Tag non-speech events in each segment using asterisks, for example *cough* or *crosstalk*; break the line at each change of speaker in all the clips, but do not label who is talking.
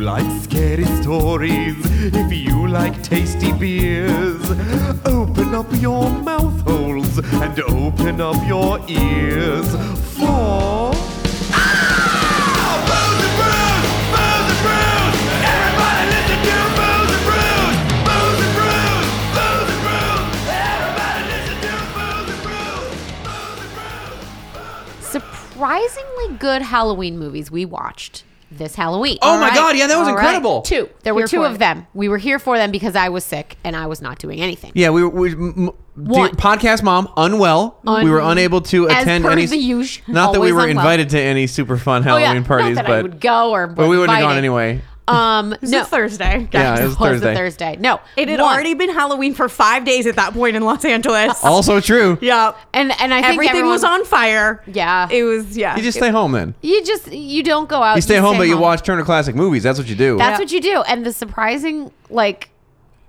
like scary stories, if you like tasty beers, open up your mouth holes and open up your ears for.
Surprisingly good Halloween movies we watched this Halloween.
Oh
All
my God, yeah, that was
all right.
incredible.
Two. There were
Here
two
for
of
it.
them. We were here for them because I was sick and I was not doing anything.
Yeah, we were we, m- dear,
One.
podcast mom unwell. we were
Un-
unable to
as
attend
per
any.
the usual,
not that we
always
were
unwell.
invited to any super fun
Oh, yeah.
Halloween parties,
not that
but
I would go or
but we wouldn't have gone
invited.
anyway.
Um,
This
no,
is Thursday.
Yeah, it was
was
Thursday.
a Thursday. No,
It had
one.
already been Halloween for five days at that point in Los Angeles.
Also true.
yeah.
and and I think
Everything
everyone-
was on fire.
Yeah.
It was, yeah.
You just stay home then.
You just you don't go out.
You stay home, but you watch Turner Classic Movies. That's what you do.
That's
Yeah.
what you do. And the surprising like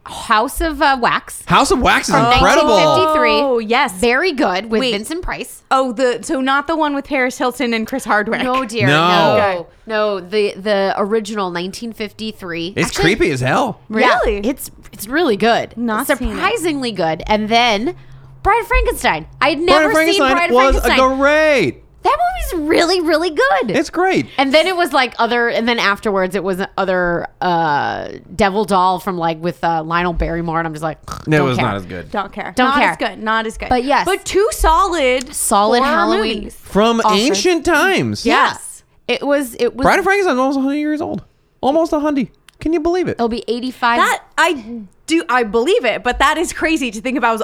House of uh, Wax,
House of Wax is
From
incredible.
1950. 53.
Oh, yes.
very good with
Wait.
Vincent Price.
oh, the so not the one with Paris Hilton and Chris Hardwick.
No dear,
No.
no,
Okay.
no. The the original 1953.
It's
Actually,
creepy as hell.
yeah,
Really?
it's it's really good.
Not seen it.
surprisingly good. And then Bride of Frankenstein. I had never
Bride of
seen Bride of
was
Frankenstein.
a great.
that movie's really really good.
It's great.
And then it was like other, and then afterwards it was other uh, Devil Doll from like with uh, Lionel Barrymore, and I'm just like,
No, it
don't
was
care.
not as good.
Don't care.
Don't
not
care.
as good. Not as good.
But yes.
But two solid
Solid
horror
Halloween.
movies.
From
Also-
ancient times.
Yes, it was. It was.
Bride of Frankenstein is almost 100 years old. Almost 100. Can you believe it?
it'll be 85.
That I do I believe it, but that is crazy to think about was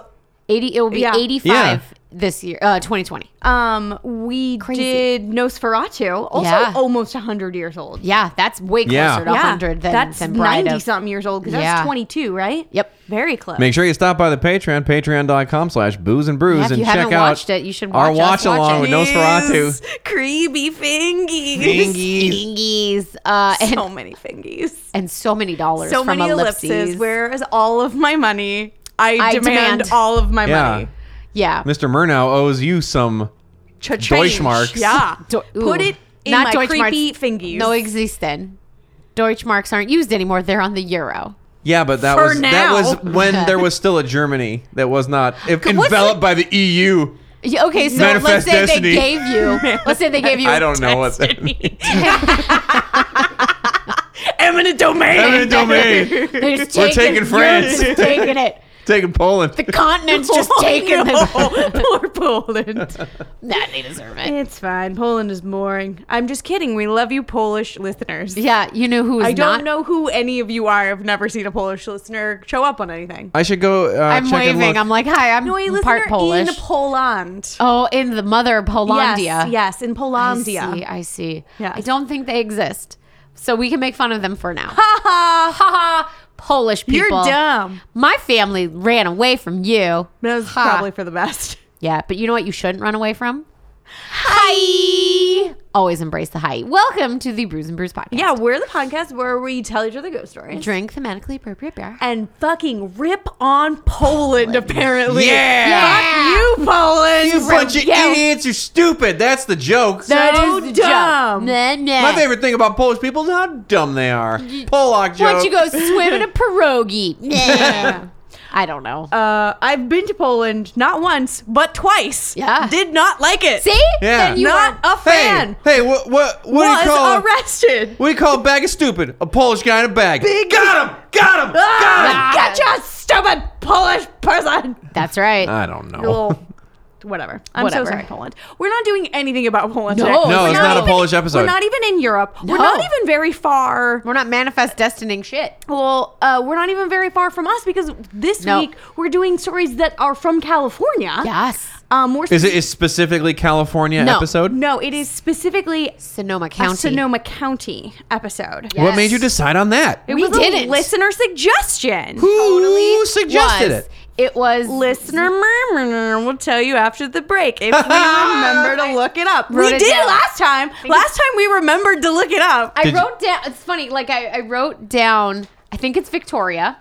80. It will be
Yeah.
85
Yeah.
this year, uh, 2020.
um we
Crazy.
did Nosferatu, also
Yeah.
almost 100 years old.
Yeah, that's way closer
Yeah.
to 100 than
that's
than Bride
90
of-
something years old because
Yeah.
that's 22, right?
Yep.
Very close.
Make sure you stop by the Patreon, patreon.com slash booze and brews,
Yeah, if
and
you
check
haven't
out
watched it, you should
our
watch us
watch along with
watch it.
Nosferatu.
Fingies. Creepy fingies.
Fingies.
Fingies, uh, and,
So many fingies.
and so many dollars
So
from
many
ellipses.
ellipses. Where is all of my money? I,
I
demand,
demand.
all of my
Yeah.
money.
yeah.
Mr. Murnau owes you some.
Cha-change.
Deutschmarks.
Yeah.
Do-
Put
ooh.
it in my creepy fingies.
No existen. Deutschmarks aren't used anymore. They're on the euro.
Yeah, but that
For
was that
now.
was when there
*laughs*
was still a Germany that was not if,
What's
enveloped by the E EU.
Yeah, Okay, so
Manifest
let's say
destiny.
they gave you. Let's say they gave
*laughs*
you.
I
*laughs*
don't know what that
Eminent
*laughs*
domain. *laughs*
Eminent domain. *laughs*
They're just
We're
taking,
taking France.
Europe's *laughs* taking it.
Taking Poland.
The continent's just
*laughs* Oh,
taking them.
no. Poor Poland.
*laughs* Nah, they deserve it.
it's fine. Poland is boring. I'm just kidding. We love you, Polish listeners.
Yeah, you know who is
I don't
not.
know who any of you are. I've never seen a Polish listener show up on anything.
I should go. Uh,
I'm
check And
waving.
look.
I'm like, hi, I'm
No, a listener
part Polish.
in Poland.
oh, in the mother Polandia.
Yes, yes, in
I
Polandia.
see. I see.
Yes.
I don't think they exist, so we can make fun of them for now. Ha ha ha! Polish people,
You're dumb.
My family ran away from you.
That was
Ha.
probably for the best.
Yeah, but you know what you shouldn't run away from? Hi. Always embrace the hi. Welcome to the Brews and Brews podcast.
*laughs* Yeah, we're the podcast where we tell each other ghost stories.
Drink thematically appropriate beer.
And fucking rip on Poland, apparently.
Yeah.
Yeah.
Fuck you, Poland.
You bunch of
Yeah.
idiots. You're stupid. That's the joke.
so
joke.
Oh, dumb.
Nah, nah.
My favorite thing about Polish people is how dumb they are. Polak joke.
Why don't you go
*laughs*
swim in a pierogi?
*laughs*
Nah. I don't know.
Uh, I've been to Poland not once, but twice.
Yeah.
Did not like it.
See?
Yeah.
Then you
Not
are-
a
Hey,
fan.
hey, what, what, what do
was
you call?
arrested.
What do you call a bag of stupid? A Polish guy in a bag. got him! Got him!
Ah,
God.
Get your stupid Polish person.
That's right.
I don't know.
Well, whatever. I'm
Oh. Whatever.
so sorry, Poland. We're not doing anything about Poland.
No.
today.
No,
We're
it's not a
even-
Polish episode.
We're not even in Europe. We're
No.
not even very far.
We're not manifest destining shit.
Well, uh, we're not even very far from us because this
No.
week we're doing stories that are from California.
Yes.
Um, we're
Is it is specifically California
No.
episode?
No, it is specifically
Sonoma
a
County.
Sonoma County episode.
Yeah.
What
Yes.
made you decide on that?
It
We
was
didn't.
a listener suggestion.
Who suggested
was.
it?
It was
Listener murmur will tell you after the break *laughs* if we remember to look it up.
Wrote
we
it
did
down.
last time. Last time we remembered to look it up.
I
Did you-
wrote down. It's funny. Like I, I wrote down. I think it's Victoria.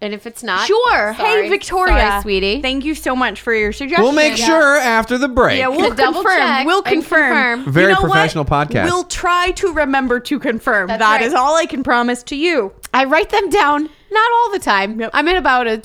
And if it's not, sorry.
Sure. hey, Victoria,
Sorry, sweetie.
Thank you so much for your suggestion.
We'll make sure after the break.
Yeah, we'll
To double
confirm.
check
We'll
and
confirm.
confirm.
Very
You know what?
professional podcast.
We'll try to remember to confirm. That
That's
is
right.
all I can promise to you.
I write them down. Not all the time.
Yep.
I'm at about a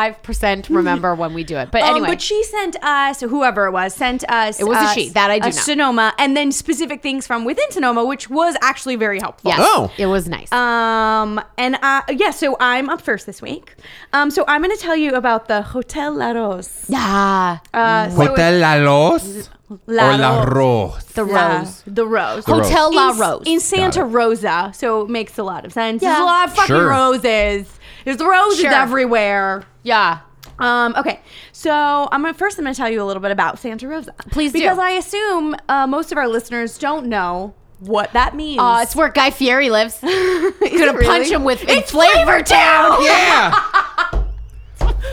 25% remember when we do it. Mm-hmm. But
Um,
anyway,
but she sent us, whoever it was, sent us. It
was a she. That I do know.
Sonoma, and then specific things from within Sonoma, which was actually very helpful.
yes,
Oh.
it was nice.
Um, and uh, yeah, so I'm up first this week. Um, so I'm going to tell you about the Hotel La Rose.
ah,
Uh, so it's-
Hotel La Los
La
or La
Rose.
Rose?
the
La-
rose.
The Rose.
Hotel La
in,
Rose.
in Santa
Got it.
Rosa, so it makes a lot of sense. There's
Yeah.
a lot of fucking
Sure.
roses. There's roses
Sure.
everywhere.
yeah.
Um, okay, so I'm gonna first. I'm gonna tell you a little bit about Santa Rosa,
Please do.
because I assume uh, most of our listeners don't know what that means.
Uh, it's where Guy Fieri *laughs* lives. Gonna
*laughs*
punch him with in Flavor Town.
Yeah.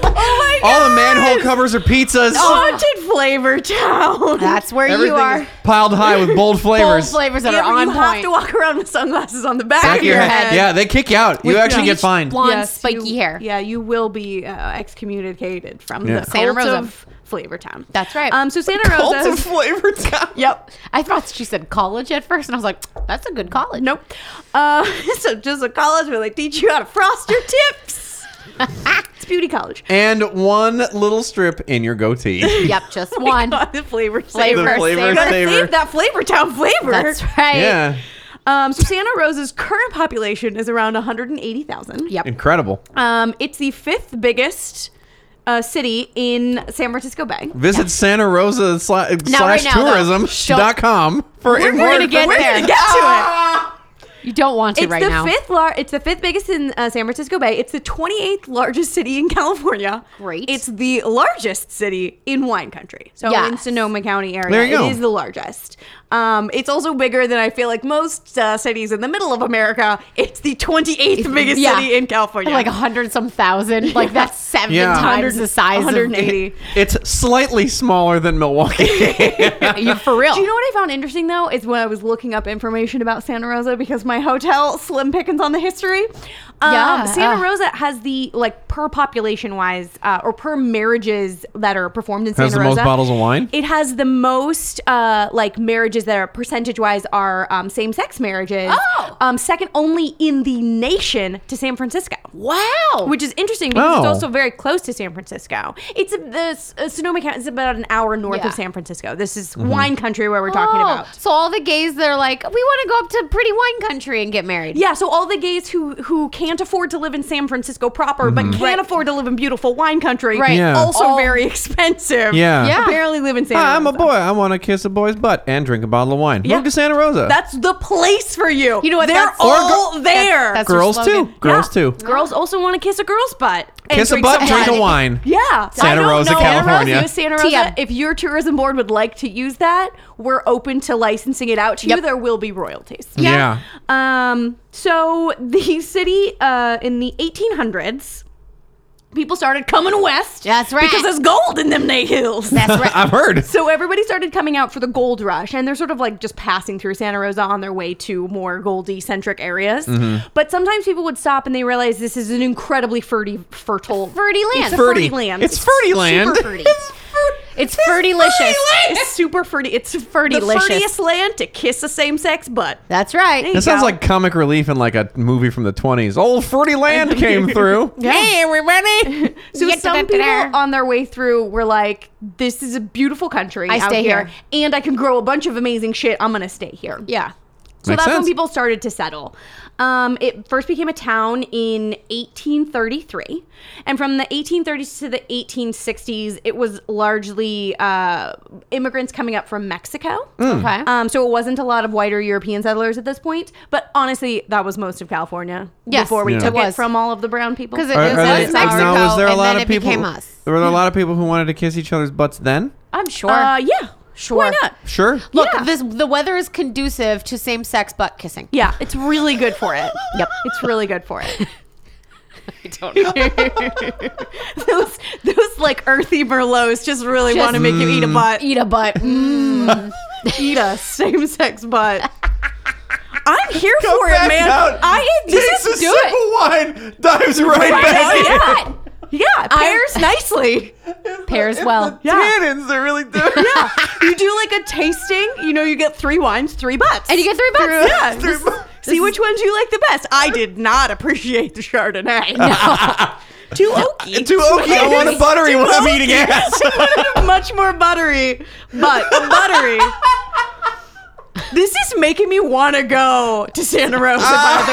oh my Oh,
All the manhole covers are pizzas.
haunted Flavor Town.
That's where
Everything
you are.
is piled high with bold
Bold
flavors.
flavors that
Yeah,
are
but
on
you have
point.
to walk around with sunglasses on the back,
Back
of your head.
Yeah, they kick you out. You actually get
bleached
fined.
blonde-
you-
spiky hair.
Yeah, you will be uh, excommunicated from
Yeah.
the
Santa
cult
Rosa.
of Flavor Town.
That's right.
Um, so
*laughs*
Santa Rosa.
flavor town.
yep.
I thought she said college at first, and I was like, that's a good college.
Nope. Uh, *laughs* so just a college where they teach you how to frost your
*laughs*
tips. it's beauty college.
And one little strip in your goatee.
Yep,
*laughs*
just one.
the flavor.
Flavor,
The flavor
saver.
Gotta
saver.
save that Flavor Town flavor.
That's right.
yeah.
Um, so Santa Rosa's current population is around 180,000.
Yep.
Incredible.
Um, it's the fifth biggest uh, city in San Francisco Bay.
Visit Santa Rosa sla- slash
right now, though,
tourism
show-
dot com for
We're
more-
gonna get
We're
there.
gonna get to it.
You don't want to
It's
right
the
now.
fifth lar- It's the fifth biggest in uh, San Francisco Bay. It's the 28th largest city in *laughs* California.
Great.
It's the largest city in wine country. So in
Yes.
Sonoma County area,
There you go.
it is the largest. Um, it's also bigger than I feel like most uh, cities in the middle of America. It's the 28th biggest
Yeah.
city in
*laughs*
California.
Like a hundred some thousand. Like that's seven
Yeah.
times the size of-
180.
It's slightly smaller than Milwaukee.
*laughs* You- for real.
Do you know what I found interesting though is when I was looking up information about Santa Rosa because my hotel *laughs* slim pickings on the history. Um,
Yeah,
Santa
uh.
Rosa has the like per population wise uh, or per marriages that are performed in
Has
Santa
the most
Rosa.
bottles of wine?
It has the most uh, like marriages that are percentage wise are um, same sex marriages.
Oh.
um, second only in the nation to San Francisco.
wow.
Which is interesting because it's
Oh.
also very close to San Francisco. It's a, the uh, Sonoma County is about an hour north
Yeah.
of San Francisco. This is wine country where we're talking
Oh,
about.
So all the gays, they're like, we want to go up to pretty wine country and get married.
Yeah, so all the gays who who can't afford to live in San Francisco proper, but can afford to live in beautiful wine country,
Right.
Yeah.
also
All-
very expensive.
Yeah. Yeah.
apparently live in San.
Hi, I'm a
Rosa.
boy. I want to kiss a boy's butt and drink a bottle of wine.
Yeah.
Move to Santa Rosa.
That's the place for you.
You know what?
They're
That's- Or
all
go-
there.
that's- that's-
girls
Your
too.
slogan.
Girls
Yeah.
too.
Girls also want to kiss a girl's butt. and
Kiss a
drink
butt,
some
drink a
wine.
wine.
Yeah.
Santa
I don't
Rosa,
know.
California.
Santa Rosa, Santa Rosa
TM.
if your tourism board would like to use that, we're open to licensing it out to you.
Yep.
There will be royalties.
Yeah.
*laughs* Um, so *laughs* the city uh, in the 1800s, people started coming west.
That's right.
Because there's gold in them nay hills.
That's
*laughs*
right.
I've heard.
*laughs* So everybody started coming out for the gold rush, and they're sort of like just passing through Santa Rosa on their way to more goldy centric areas.
Mm-hmm.
But sometimes people would stop and they realize this is an incredibly ferty, fertile,
Ferty land.
It's a
Ferty.
ferty land.
It's ferty land.
Super
*laughs*
fruity. It's fertilicious.
It's super ferty. It's ferty. The
Fertilicious.
fertiest land to kiss the same sex butt.
That's right.
you
That sounds
go.
like comic relief in like a movie from the 20s. Old Ferdy Land came through.
Hey, *laughs* everybody.
So some people on their way through were like, "This is a beautiful country.
I
out
stay
here,
here.
and I can grow a bunch of amazing shit. I'm gonna stay here."
yeah.
So
Makes
that's when
sense.
people started to settle. Um, it first became a town in 1833, and from the 1830s to the 1860s, it was largely uh, immigrants coming up from Mexico.
Hmm.
Okay.
Um, so it wasn't a lot of whiter European settlers at this point, but honestly, that was most of California
Yes,
before we
Yeah.
took
it
it,
was.
from all of the brown people.
'Cause it- Are- are they- was Mexico,
was there a
and
lot
then
of
it became
people?
us.
Were there a lot of people who wanted to kiss each other's butts then?
I'm sure.
uh, yeah,
Sure.
Why
*laughs*
not?
Sure.
Look,
yeah.
this the weather is conducive to same sex butt kissing.
Yeah, it's really good for it.
Yep.
*laughs* It's really good for it.
*laughs* I don't know.
*laughs* those those like earthy merlots just really
Just-
want to make you
Mm.
eat a butt.
Eat a butt. Mm. *laughs*
Eat a same sex butt. I'm here
Come
for
back
it, man.
out.
I
*laughs* Takes
this
a
is
sip
do it.
of wine, dives right
Oh,
back in.
Yeah, yeah, pairs nicely.
Pairs *laughs* well.
Yeah.
Tannins, they really do.
*laughs* Yeah, you do like a tasting. You know, you get three wines, three butts,
And you get three bucks.
Yeah,
Three
just
bucks.
see which ones you like the best. I did not appreciate the Chardonnay. *laughs* Too oaky.
Too oaky. I want a buttery when I'm eating
*laughs*
ass.
Much more buttery, but buttery. This is making me want to go to Santa Rosa. By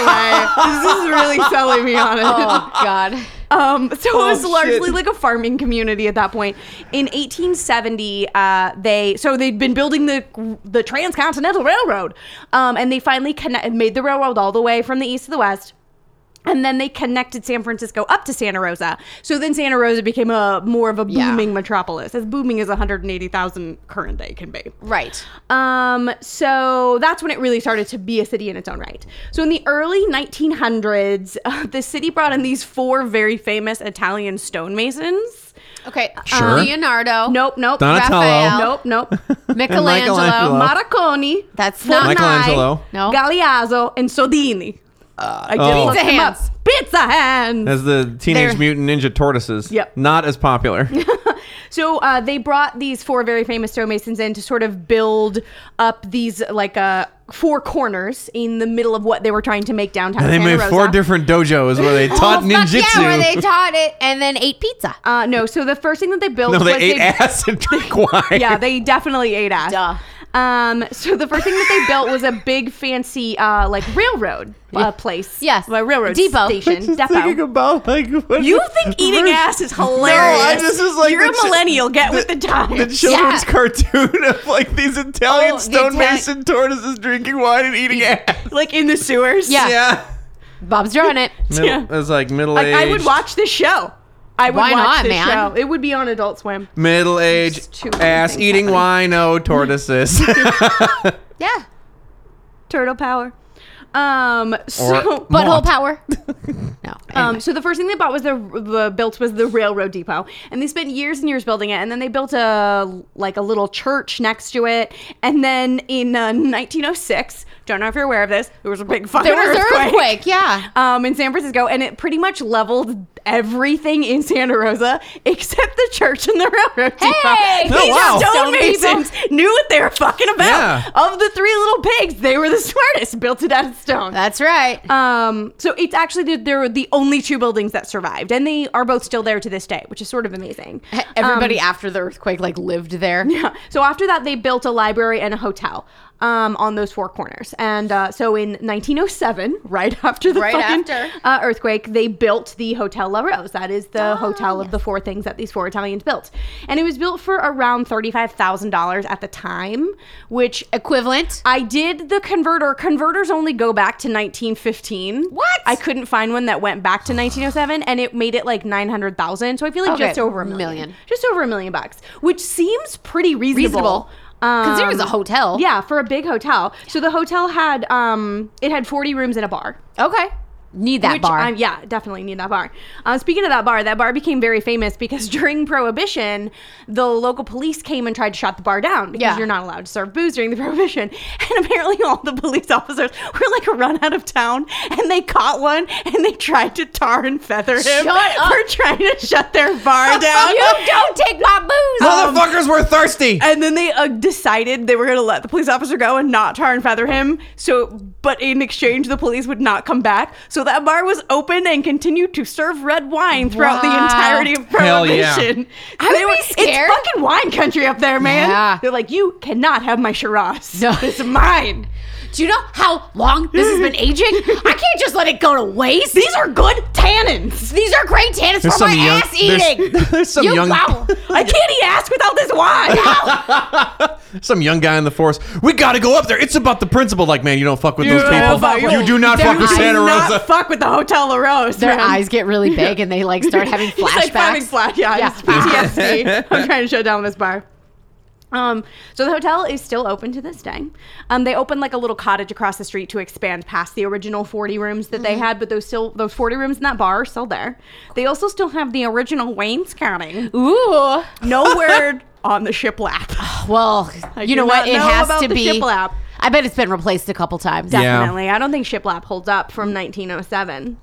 *laughs*
the way, this is really selling me on it.
Oh God.
Um, so it was
Oh,
largely
shit.
like a farming community at that point. In 1870, uh, they so they'd been building the the transcontinental railroad, um, and they finally connect, made the railroad all the way from the east to the west. And then they connected San Francisco up to Santa Rosa. So then Santa Rosa became a more of a
Yeah.
booming metropolis, as booming as 180,000 current day can be.
Right.
Um, so that's when it really started to be a city in its own right. So in the early 1900s, *laughs* uh, the city brought in these four very famous Italian stonemasons.
Okay. uh,
Sure.
Leonardo.
Nope, nope.
Donatello.
*laughs* Raphael.
*laughs*
Nope, nope.
Michelangelo.
Michelangelo.
Ma-
Marconi.
That's not
Michelangelo.
Nine. No.
Galeazzo and Sodini. I just
Oh.
looked
Pizza
them up.
hands.
Pizza hands.
As the Teenage
They're-
Mutant Ninja Tortoises.
Yep.
Not as
*laughs*
popular.
So uh, they brought these four very famous stonemasons in to sort of build up these like uh, four corners in the middle of what they were trying to make downtown.
And they
Santa
made
Rosa. Oh,
four different dojos where
*laughs*
they taught
Fuck
ninjutsu.
yeah, where
*laughs*
they taught it and then ate pizza.
Uh, no, so the first thing that they built
no, they
was
ate ass and drank wine.
*laughs* Yeah, they definitely ate ass.
Duh.
Um, so the first thing that they built was a big fancy uh, like railroad uh, place.
Yes.
a railroad
Depot.
*laughs* Just
station. depot.
thinking about like what
you think eating ass is hilarious?
No, I just was like
you're
the
a
chi-
millennial. Get with
*laughs*
the *laughs*
the
times.
children's
Yeah.
cartoon of like these Italian
Oh, the
stonemason tortoises drinking wine and eating ass. *laughs*
like in the sewers.
Yeah.
Yeah.
Bob's drawing it.
Middle, It was like middle
like
aged.
I would watch this show. I would
Why
watch
not,
this
man?
show. It would be on Adult Swim.
Middle aged
too many
ass
things
eating wino tortoises.
*laughs* Yeah.
Turtle Power. Um, so
Or-
Butthole
Mont.
power. No.
Um, so the first thing they bought was the, the built was the railroad depot, and they spent years and years building it. And then they built a like a little church next to it. And then in uh, 1906, don't know if you're aware of this, there was a big fucking
there was an
earthquake.
earthquake. Yeah.
Um, in San Francisco, and it pretty much leveled everything in Santa Rosa *laughs* except the church and the railroad depot.
Hey!
These
Oh, wow.
stonemasons *laughs* knew what they were fucking about.
Yeah.
Of the three little pigs, they were the *laughs* smartest. Built it out of stone.
That's right.
Um, so it's actually the, they're the only two buildings that survived, and they are both still there to this day, which is sort of amazing.
Everybody after the earthquake like lived there.
*laughs* Yeah. So after that, they built a library and a hotel um, on those four corners. And uh, so in 1907, *laughs* right after the
Right
fucking,
after.
Uh, earthquake, they built the Hotel La Rose. That is the
Ah,
hotel of the four things that these four Italians built. And it was built for around $35,000 at the time, which
*laughs* Equivalent.
I did the converter. Converters only go back to 1915.
What?
I couldn't find one that went back to 1907, and it made it like 900,000. So I feel like
Okay,
just over a million,
million.
just over a million bucks, which seems pretty reasonable.
Reasonable. 'Cause there was a
Um,
hotel.
Yeah, for a big hotel. So the hotel had um, it had 40 rooms and a bar.
Okay. Need that
Which
bar.
I'm- yeah, definitely need that bar. Uh, speaking of that bar, that bar became very famous because *laughs* during Prohibition, the local police came and tried to shut the bar down because
Yeah.
you're not allowed to serve booze during the Prohibition. *laughs* And apparently, all the police officers were like run out of town, and they caught one and they tried to tar and feather him
Shut up.
*laughs* for trying to shut their
*laughs*
bar down.
you don't take my booze. Um,
Motherfuckers were thirsty.
And then they uh, decided they were going to let the police officer go and not tar and feather him. So, but in exchange, the police would not come back. So that bar was open and continued to serve red wine throughout the
Wow.
entirety of
Hell yeah.
prohibition.
I would be scared.
It's fucking wine country up there, man.
Yeah.
They're like, you cannot have my Shiraz.
No.
*laughs* It's mine.
Do you know how long this has been aging? I can't just let it go to waste.
These are good tannins.
These are great tannins for my ass eating.
There's, *laughs* there's some
you
young. *laughs*
wow.
I can't eat ass without this wine.
some young guy in the forest. We got to go up there. It's about the principle. Like, man, you don't fuck with those
don't fuck
people.
with-
You do not
Their
fuck with
eyes
Santa
Do not
Rosa.
fuck with the Hotel La Rose.
Their
man.
eyes get really big and they like start *laughs* having
*laughs* He's
flashbacks.
like having flash, yeah,
Yeah. *laughs*
it's *laughs* PTSD. I'm trying to shut down this bar. Um, so the hotel is still open to this day. Um, they opened like a little cottage across the street to expand past the original 40 rooms that
Mm-hmm.
they had, but those still those 40 rooms in that bar are still there. They also still have the original wainscoting.
Ooh. *laughs*
No word on the shiplap.
Well,
I
you
do
know what?
not
It
know
has
about
to
the
be.
shiplap.
I bet it's been replaced a couple times.
Yeah.
Definitely. I don't think shiplap holds up from 1907.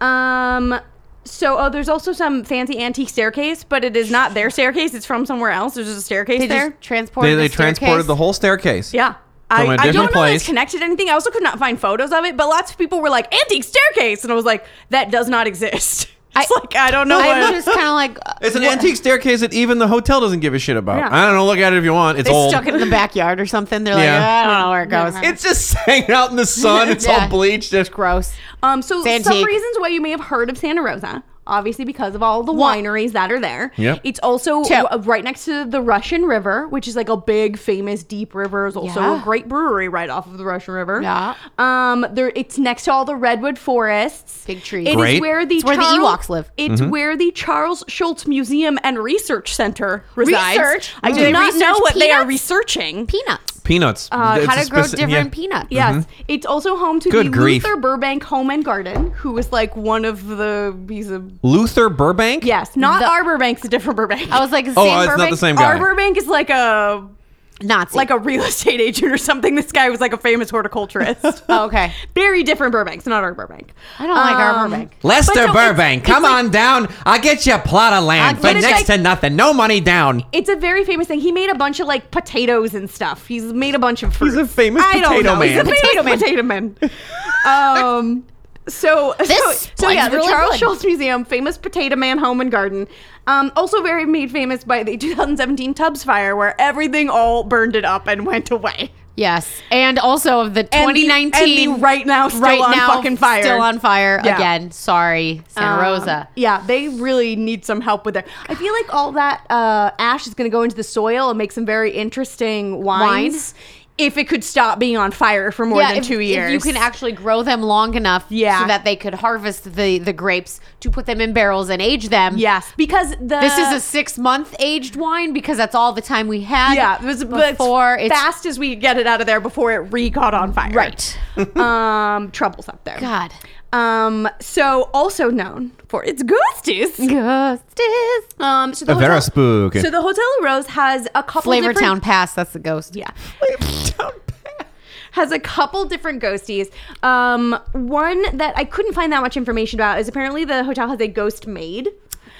Um, so oh, there's also some fancy antique staircase, but it is not their staircase. It's from somewhere else. There's just a staircase
They
there.
just transported.
They, they
the
transported
staircase.
the whole staircase.
yeah.
From a
I, I
different
don't know if
place.
it's connected to anything. I also could not find photos of it, but lots of people were like, antique staircase. And I was like, that does not exist. *laughs*
I-
It's like, I don't know what.
I'm just
*laughs*
kind of like uh,
It's an
what-
antique staircase that even the hotel doesn't give a shit about.
Yeah.
I don't know. Look at it if you want. It's
They
old.
stuck it in the backyard or something. They're
Yeah.
like, I don't know where it goes.
it's just *laughs* hanging out in the sun. It's
Yeah.
all bleached. It's
gross.
Um, so
It's
some
antique.
reasons why you may have heard of Santa Rosa, obviously because of all the
One.
wineries that are there.
Yep.
It's also
Two.
w- uh, right next to the Russian River, which is like a big, famous, deep river. There's also
Yeah.
a great brewery right off of the Russian River.
Yeah.
Um, there it's next to all the redwood forests.
Big trees.
It is
Great. Mm-hmm.
where the
It's where the
Charles-
Ewoks live.
It's where the Charles Schultz Museum and Research Center resides.
Research?
I
Do
do
they
not know
research
what they are
peanuts?
researching.
Peanuts.
peanuts.
Uh,
It's
how
a
to grow
speci-
different
yeah.
peanuts.
Yes, it's also home to
Mm-hmm. Good
the
grief.
Luther Burbank Home and Garden, who is like one of the he's a
Luther Burbank.
yes, not
The-
our Burbank's a different Burbank.
I was like, the
Oh,
same
uh, it's not the
Burbank?
same
our
guy.
Burbank is like a
Nazi.
like a real estate agent or something. This guy was like a
*laughs*
famous horticulturist.
Oh, okay. Um,
Very different Burbanks, not our Burbank. Um,
I don't like our Burbank.
but no,
Lester
it's-
Burbank,
it's
come
like-
on down. I'll get you a plot of land
Uh,
for
but
it's
next
like-
to nothing. No money down.
It's a very famous thing. He made a bunch of like potatoes and stuff. He's made a bunch of fruits.
a famous
I don't
potato
know. He's a
man.
potato man. potato man. *laughs* Um, so so, so yeah,
one's
the
really
Charles
good.
Schultz Museum, famous potato man home and garden. Um, also very made famous by the *laughs* 2017 Tubbs fire, where everything all burned it up and went away.
Yes, and also of the
And the-
2019
and the right now still on fucking fire.
still on fire
Yeah.
again. Sorry, Santa
Um,
Rosa.
Yeah, they really need some help with their. I feel like all that uh, ash is going to go into the soil and make some very interesting wines. If it could stop being on fire for more than
if,
two years,
if you can actually grow them long enough,
Yeah.
so that they could harvest the the grapes to put them in barrels and age them.
Yes, Uh, because the
This is a six month aged wine because that's all the time we had.
yeah. It was but it's
before it's
fast as we get it out of there before it re caught on fire.
right.
*laughs* um, troubles up there.
God.
Um, so also known for its goosties.
Ghost is
Um, so the
A very
hotel-
spooky.
So the Hotel Rose has a couple
Flavor
different-
Town Pass. That's the ghost.
Yeah. Has a couple different ghosties. Um, one that I couldn't find that much information about is apparently the hotel has a ghost maid.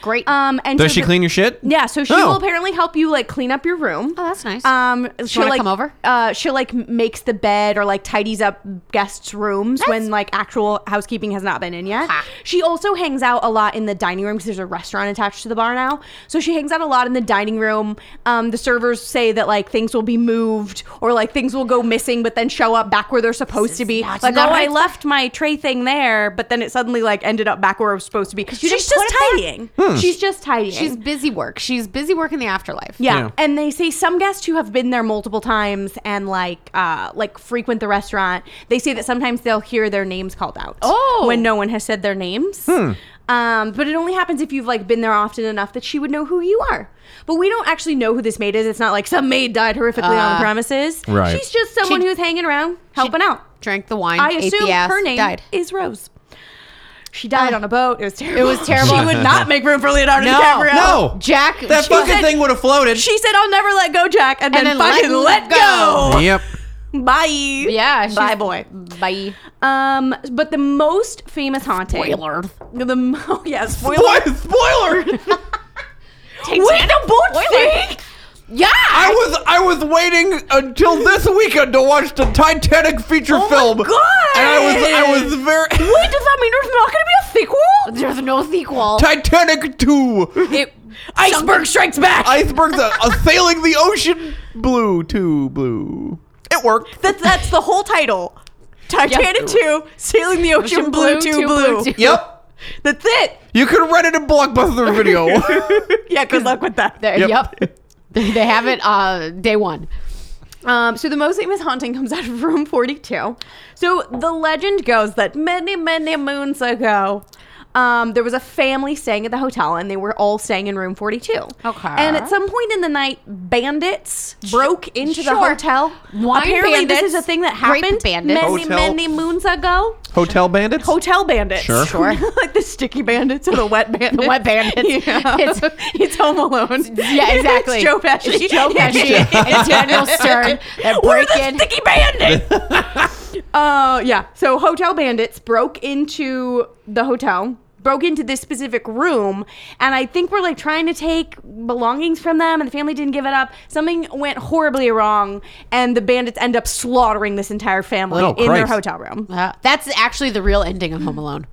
Great.
Um, and
Does
so
she
the-
clean your shit?
Yeah, so she
Oh.
will apparently help you like clean up your room.
Oh, that's nice.
Um, she'll
wanna
like
come over?
Uh, she'll like m- makes the bed or like tidies up guests' rooms when like actual housekeeping has not been in yet.
Ha.
She also hangs out a lot in the dining room because there's a restaurant attached to the bar now. So she hangs out a lot in the dining room. Um, the servers say that like things will be moved or like things will go missing, but then show up back where they're supposed to be.
not-
Like, oh,
not
I
right.
left my tray thing there, but then it suddenly like ended up back where it was supposed to be. She's
didn't put
just
it back?
tidying. She's just tidying.
She's busy work. She's busy work in the afterlife.
Yeah.
Yeah.
And they say some guests who have been there multiple times and like uh like frequent the restaurant, they say that sometimes they'll hear their names called out.
Oh. Hmm.
When no one has said their names. Um, but it only happens if you've like been there often enough that she would know who you are. But we don't actually know who this maid is. It's not like some maid died horrifically on
Uh,
the premises.
Right.
She's just someone
She-
who's hanging around, helping out.
Drank the wine.
I
ate
assume
the ass,
her name
died. Oh.
is Rose. She died on a boat. It was terrible. *laughs*
It was terrible.
she would not make room for
*laughs*
Leonardo
No.
DiCaprio.
No.
Jack.
That
she-
fucking
said-
thing would have floated.
She said, "I'll never let go, Jack," and,
And
then,
then
fucking let,
let
go.
go.
Yep.
Bye.
yeah. she's-
Bye, boy.
Bye.
Um, but the most famous haunting.
Spoiler.
The mo- *laughs* yeah, spoiler.
Spoil- spoiler!
*laughs* Wait, a boat thing.
Yeah.
I was I was waiting until this weekend to watch the Titanic feature
Oh my
film.
God!
And I was I was
*laughs*
very
Wait, does that mean there's not going to be a sequel?
There's no sequel.
Titanic two.
It-
Iceberg Strikes Back.
Icebergs uh, uh, sailing the ocean blue too blue. It worked.
that's that's the whole title. Titanic Two, Sailing the Ocean,
Ocean
Blue,
Blue,
Two
Two
Blue.
Blue, Two.
Yep.
That's it.
You could rent it in Blockbuster Video.
Yeah, good luck with that.
there-
Yep.
yep. they have it uh, day one.
Um, so the most famous haunting comes out of *laughs* room 42. So the legend goes that many, many moons ago, Um, there was a family staying at the hotel, and they were all staying in room 42.
Okay.
And at some point in the night, bandits broke into the
sure.
hotel.
Wine
Apparently, this
bandits,
is a thing that
grape
happened
bandits.
many,
Hotel-
many moons ago.
*laughs* Hotel bandits.
Hotel bandits.
Sure. Sure.
*laughs* like the sticky bandits or the
*laughs*
wet bandits.
The wet bandits.
Yeah. It's,
It's-
Home Alone.
*laughs* Yeah, exactly.
it's Joe Pesci.
It's
*laughs*
Joe Pesci and Daniel Stern that
We're
break
the
in.
sticky bandits.
*laughs*
uh, yeah. So hotel bandits broke into the hotel, broke into this specific room, and I think we're like trying to take belongings from them, and the family didn't give it up. Something went horribly wrong, and the bandits end up slaughtering this entire family
Oh,
in their
Christ.
hotel room.
Uh, that's actually the real ending of Home
*laughs*
Alone.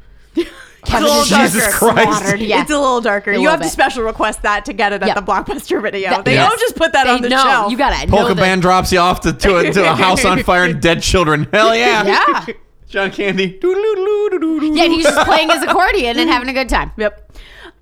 Kevin
little
is just
darker.
Christ.
slaughtered. Yeah.
It's a little darker. you
little
have to
bit.
special request that to get it at
Yeah.
the blockbuster video.
That-
they
Yeah.
don't just put that
They
on the
know.
shelf.
You gotta know
Polka
that-
band drops you off to, to, a, to a house on fire and dead children. Hell yeah.
Yeah.
*laughs* John Candy.
Yeah, and he's just playing his accordion
*laughs*
and having a good time.
Yep.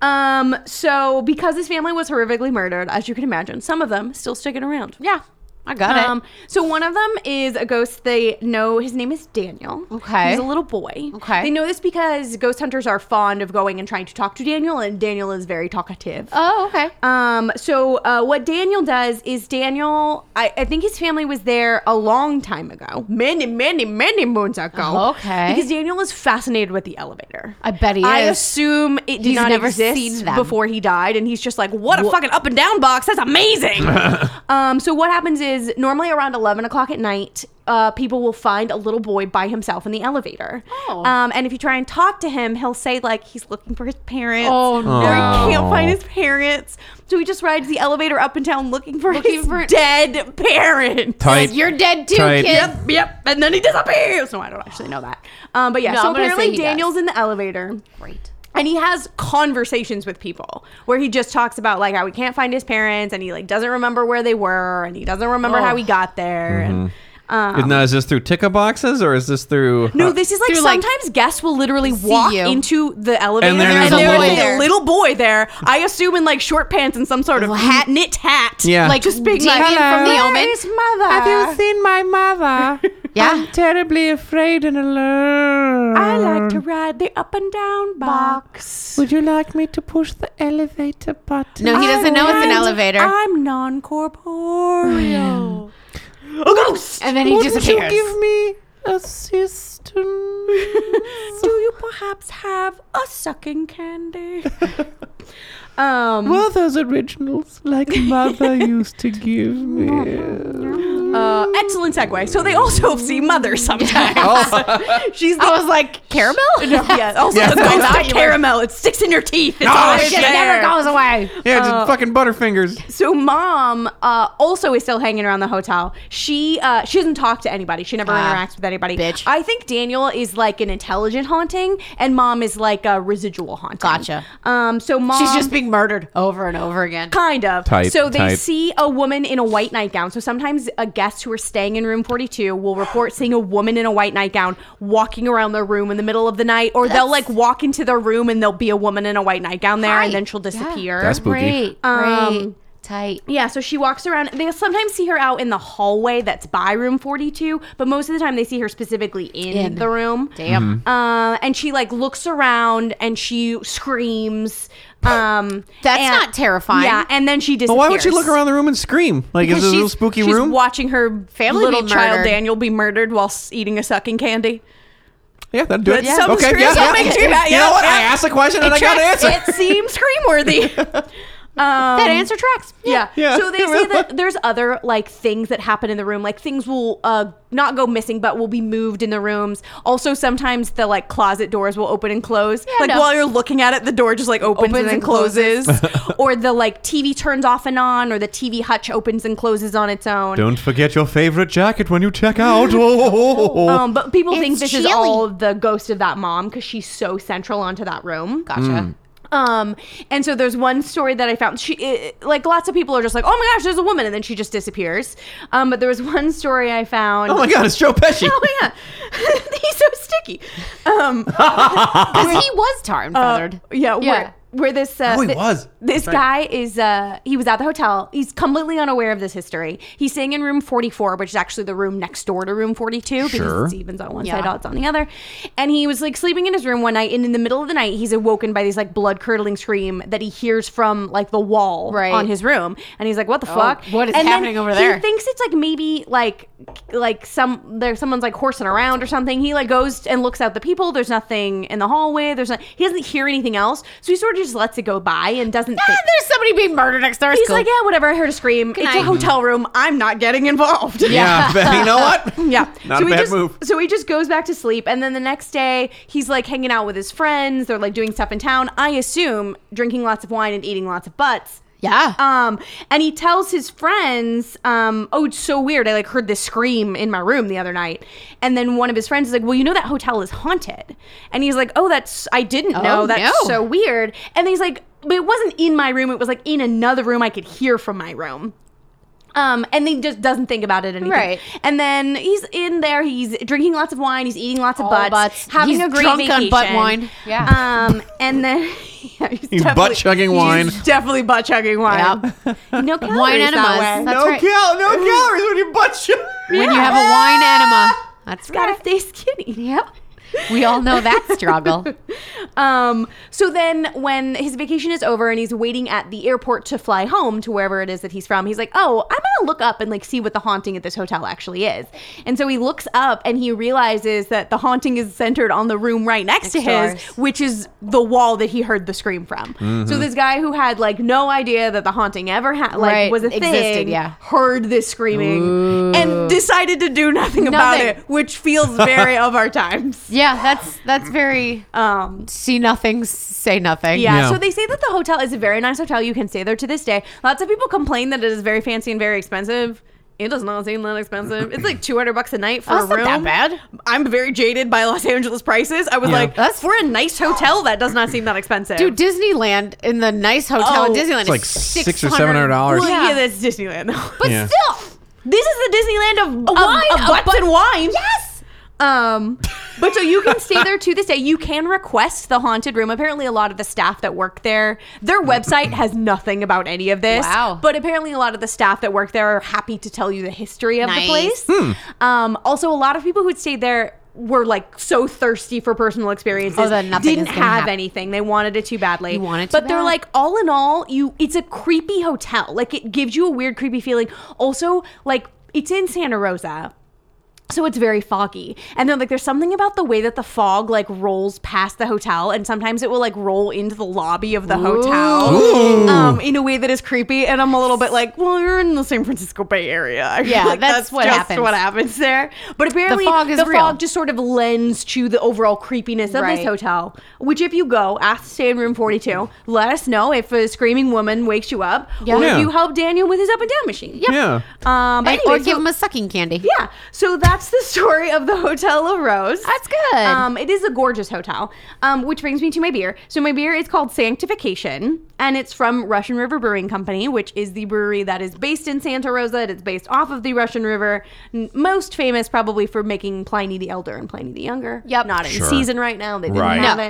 Um, so because his family was horrifically murdered, as you can imagine, some of them still sticking around.
Yeah, I got
Um, so one of them is a ghost they know his name is Daniel.
Okay.
He's a little boy.
Okay.
They know this because ghost hunters are fond of going and trying to talk to Daniel, and Daniel is very talkative.
Oh, okay.
Um, so uh, what Daniel does is Daniel, I, I think his family was there a long time ago, many, many, many moons ago.
Okay.
because Daniel is fascinated with the elevator.
I bet he
I
is.
assume it did
He's
not
never
exist
seen them.
before he died, and he's just like, "What a fucking up and down box! That's
*laughs*
amazing." um, so what happens is normally around eleven o'clock at night. Uh, people will find a little boy by himself in the elevator,
Oh.
um, and if you try and talk to him, he'll say like he's looking for his parents,
Oh, no.
or he can't find his parents, so he just rides the elevator up and down looking for
Looking
his
for-
dead parents.
Tight.
You're dead too,
Tight.
kid.
Yep.
Yep, and then he disappears. No, I don't actually know that. Um, but yeah,
No,
so
I'm gonna say
apparently
he does.
Daniel's in the elevator
Great.
and he has conversations with people where he just talks about like how he can't find his parents and he like doesn't remember where they were and he doesn't remember how he got there and um,
Now, is this through ticker boxes or is this through.
no, this is like
Through, like,
sometimes guests will literally walk
you.
into the elevator
And there's
a
there's
little-
a little boy there. I assume in like short pants and some sort of hat knit hat.
Yeah.
Like
Just
just
being
being
like,
from the
"Hello,
Omen.
where is mother? Have you
seen my mother?
Yeah. I'm
terribly afraid and alone.
I like
Mm.
to ride the up and down box.
Would you like me to push the elevator button?
No, he doesn't know it's an
And
elevator.
I'm non corporeal. *sighs* a ghost.
and then he disappears.
me assistance?
*laughs* Do you perhaps have a sucking *laughs* candy? um,
Were those originals like mother used to give *laughs* me?
uh, excellent segue. So they also see Mother sometimes.
Oh,
She's the,
I was like, caramel?
*laughs* no, yeah, also
Yeah,
the
that's
ghost
what
of
I-
caramel. It sticks in your teeth. It's
Oh,
always
It
shit.
there.
never goes away.
Yeah,
Uh,
just fucking Butterfingers.
So mom uh, also is still hanging around the hotel. She uh, she doesn't talk to anybody. She never
Ah,
interacts with anybody.
bitch.
I think Daniel is like an intelligent haunting, and mom is like a residual haunting.
Gotcha.
Um. So mom.
She's just being murdered over and over again.
Kind of.
Tight,
so they
tight.
see a woman in a white nightgown. So sometimes a guest who are staying in room 42 will report seeing a woman in a white nightgown walking around their room in the middle of the night, or they'll like
That's-
walk into their room and there'll be a woman in a white nightgown there,
Tight.
and then she'll
Yeah.
disappear.
That's spooky.
Great,
Um,
great, tight.
Yeah, so she walks around. They sometimes see her out in the hallway that's by room 42, but most of the time they see her specifically in,
In.
the room.
Damn.
Mm-hmm.
Uh, and she like looks around and she screams. Um,
That's
and-
not terrifying.
Yeah, and then she disappears.
Well, why would she look around the room and scream? Like, is
Because
this a little
she's-
spooky
She's
room?
watching her
Family
little
be
child
murdered.
Daniel be murdered while s- eating a sucking candy.
yeah, that'd do it.
That's some
Okay,
scream
yeah, yeah.
something to that,
You know
yeah,
what?
yeah.
I asked a question and I got
Tracks.
an answer.
It seems scream
*laughs*
worthy. Um,
that answer tracks.
Yeah.
Yeah.
So they
It
say
really *laughs*
that there's other like things that happen in the room. Like things will uh, not go missing, but will be moved in the rooms. Also, sometimes the like closet doors will open and close. like
no.
while you're looking at it, the door just like opens, and, then closes. *laughs* or the like TV turns off and on, or the TV hutch opens and closes on its own.
Don't forget your favorite jacket when you check
*laughs*
out. Oh,
Um, but people think
It's
this is
chilly.
all the ghost of that mom because she's so central onto that room. Gotcha.
Mm.
Um, and so there's one story that I found. She it, like lots of people are just like, oh my gosh, there's a woman, and then she just disappears. Um, but there was *laughs* one story I found.
oh my God, it's Joe Pesci.
*laughs* Oh, yeah, *laughs* he's so sticky. Um,
Because he was tar and feathered.
yeah,
Yeah.
yeah. where this uh,
Oh, he
thi-
was. That's
this
right.
guy is uh he was at the hotel he's completely unaware of this history he's staying in room 44 which is actually the room next door to room
Sure.
42 because it's evens on one
Yeah.
side odds on the other and he was like sleeping in his room one night and in the middle of the night he's awoken by this like blood curdling scream that he hears from like the wall
Right.
on his room and he's like what the
Oh,
fuck
what is
And then
happening over
he
there?
thinks it's like maybe like like some there's someone's like horsing around or something. He like goes and looks out the people. There's nothing in the hallway. There's not. He doesn't hear anything else, so he sort of just lets it go by and doesn't.
Ah,
think.
there's somebody being murdered next door. It's
He's
cool.
like, yeah, whatever. I heard a scream. it's a
night."
hotel room. I'm not getting involved.
*laughs* Yeah, but you know what?
*laughs* Yeah.
Not
so
a
he
bad
just,
move.
So he just goes back to sleep. And then the next day, he's like hanging out with his friends. They're like doing stuff in town. I assume drinking lots of wine and eating lots of butts.
Yeah.
Um, and he tells his friends, um, oh, it's so weird. I like heard this scream in my room the other night. And then one of his friends is like, well, you know, that hotel is haunted. And he's like, oh, that's, I didn't know.
Oh,
That's
no.
so weird. And then he's like, but it wasn't in my room. It was like in another room. I could hear from my room. Um, and then he just doesn't think about it anymore.
Right.
And then he's in there. He's drinking lots of wine. He's eating lots of
All
butts,
butts.
Having
He's
a great
drunk on butt
vacation.
wine. Yeah.
Um, and then *laughs* yeah, he's, definitely-
butt-chugging
he's
wine.
definited butt chugging wine. *laughs* No calories
Wine enemas.
that way.
That's
no
right.
cal- no calories when you butt
*laughs*
shot.
When you have a wine enema, that's
Gotta
right.
stay skinny.
Yep. We all know *laughs* that struggle.
Um, so then when his vacation is over and he's waiting at the airport to fly home to wherever it is that he's from, he's like, "Oh, I'm gonna look up and like see what the haunting at this hotel actually is." And so he looks up and he realizes that the haunting is centered on the room right next, to
Next to
his,
ours.
which is the wall that he heard the scream from. So this guy who had like no idea that the haunting ever had like
Right,
was a thing,
existed, yeah.
heard this screaming and decided to do nothing, about
Nothing.
it, which feels
*laughs*
very of our times.
Yeah, that's that's very
Um,
see nothing, say nothing.
yeah,
Yeah.
so they say that the hotel is a very nice hotel. You can stay there to this day. Lots of people complain that it is very fancy and very expensive. It does not seem that expensive. It's like 200 bucks a night for
That's
a room.
not that bad.
I'm very jaded by Los Angeles prices. I was
Yeah.
like,
That's-
for a nice hotel, that does not seem that expensive.
Dude, Disneyland in the nice hotel
Oh.
in Disneyland
It's like
is
six or seven hundred dollars.
well,
Yeah.
yeah. that's Disneyland though. But
Yeah.
Still,
this is the Disneyland of, of,
wine,
of
a
butts
butt-
and wine. Yes. Um, but so you
*laughs*
can stay there to this day. You can request the haunted room. Apparently, a lot of the staff that work there, their website has nothing about any of this.
Wow.
But apparently, a lot of the staff that work there are happy to tell you the history of the
Nice. Hmm.
place. Um, also, a lot of people who had stayed there were like so thirsty for personal experiences.
Oh, then nothing is
didn't
gonna
have
happen.
anything. They wanted it too badly.
You want it
but
too
they're
bad.
like all in all, you it's a creepy hotel. Like it gives you a weird creepy feeling. Also, like it's in Santa Rosa. So it's very foggy. And then like there's something about the way that the fog like rolls past the hotel and sometimes it will like roll into the lobby of the hotel
Ooh.
um, in a way that is creepy and I'm a little bit like, well, you're in the San Francisco Bay Area. *laughs* I feel
Yeah,
like
that's what
just
happens.
what happens there. But apparently the
fog
fog,
is real.
just sort of lends to the overall creepiness of this
Right.
hotel, which if you go, ask to stay in room 42. Let us know if a screaming woman wakes you up or
Yeah.
if you help Daniel with his up and down machine.
Yeah.
Um,
or
but anyway,
give
so-
them a sucking candy.
yeah. So that's the story of the Hotel La Rose.
That's good.
Um, it is a gorgeous hotel, um, which brings me to my beer. So my beer is called Sanctification, and it's from Russian River Brewing Company, which is the brewery that is based in Santa Rosa. It is based off of the Russian River, N- most famous probably for making Pliny the Elder and Pliny the Younger.
Yep.
Not in
Sure.
season right now. They didn't
Right.
have
No.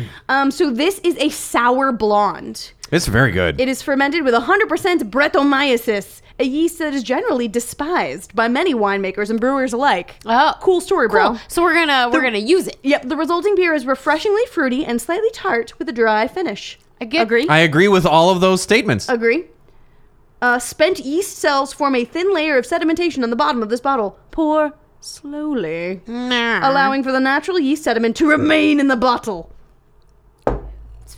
it. Um, so this is a sour blonde.
It's very good.
It is fermented with 100% Brettanomyces, a yeast that is generally despised by many winemakers and brewers alike.
Oh.
cool story, bro.
Cool. So we're gonna we're gonna use it.
Yep, the resulting beer is refreshingly fruity and slightly tart with a dry finish.
Again-
Agree?
I agree with all of those statements.
Agree. Uh, spent yeast cells form a thin layer of sedimentation on the bottom of this bottle. Pour slowly, allowing for the natural yeast sediment to remain in the bottle.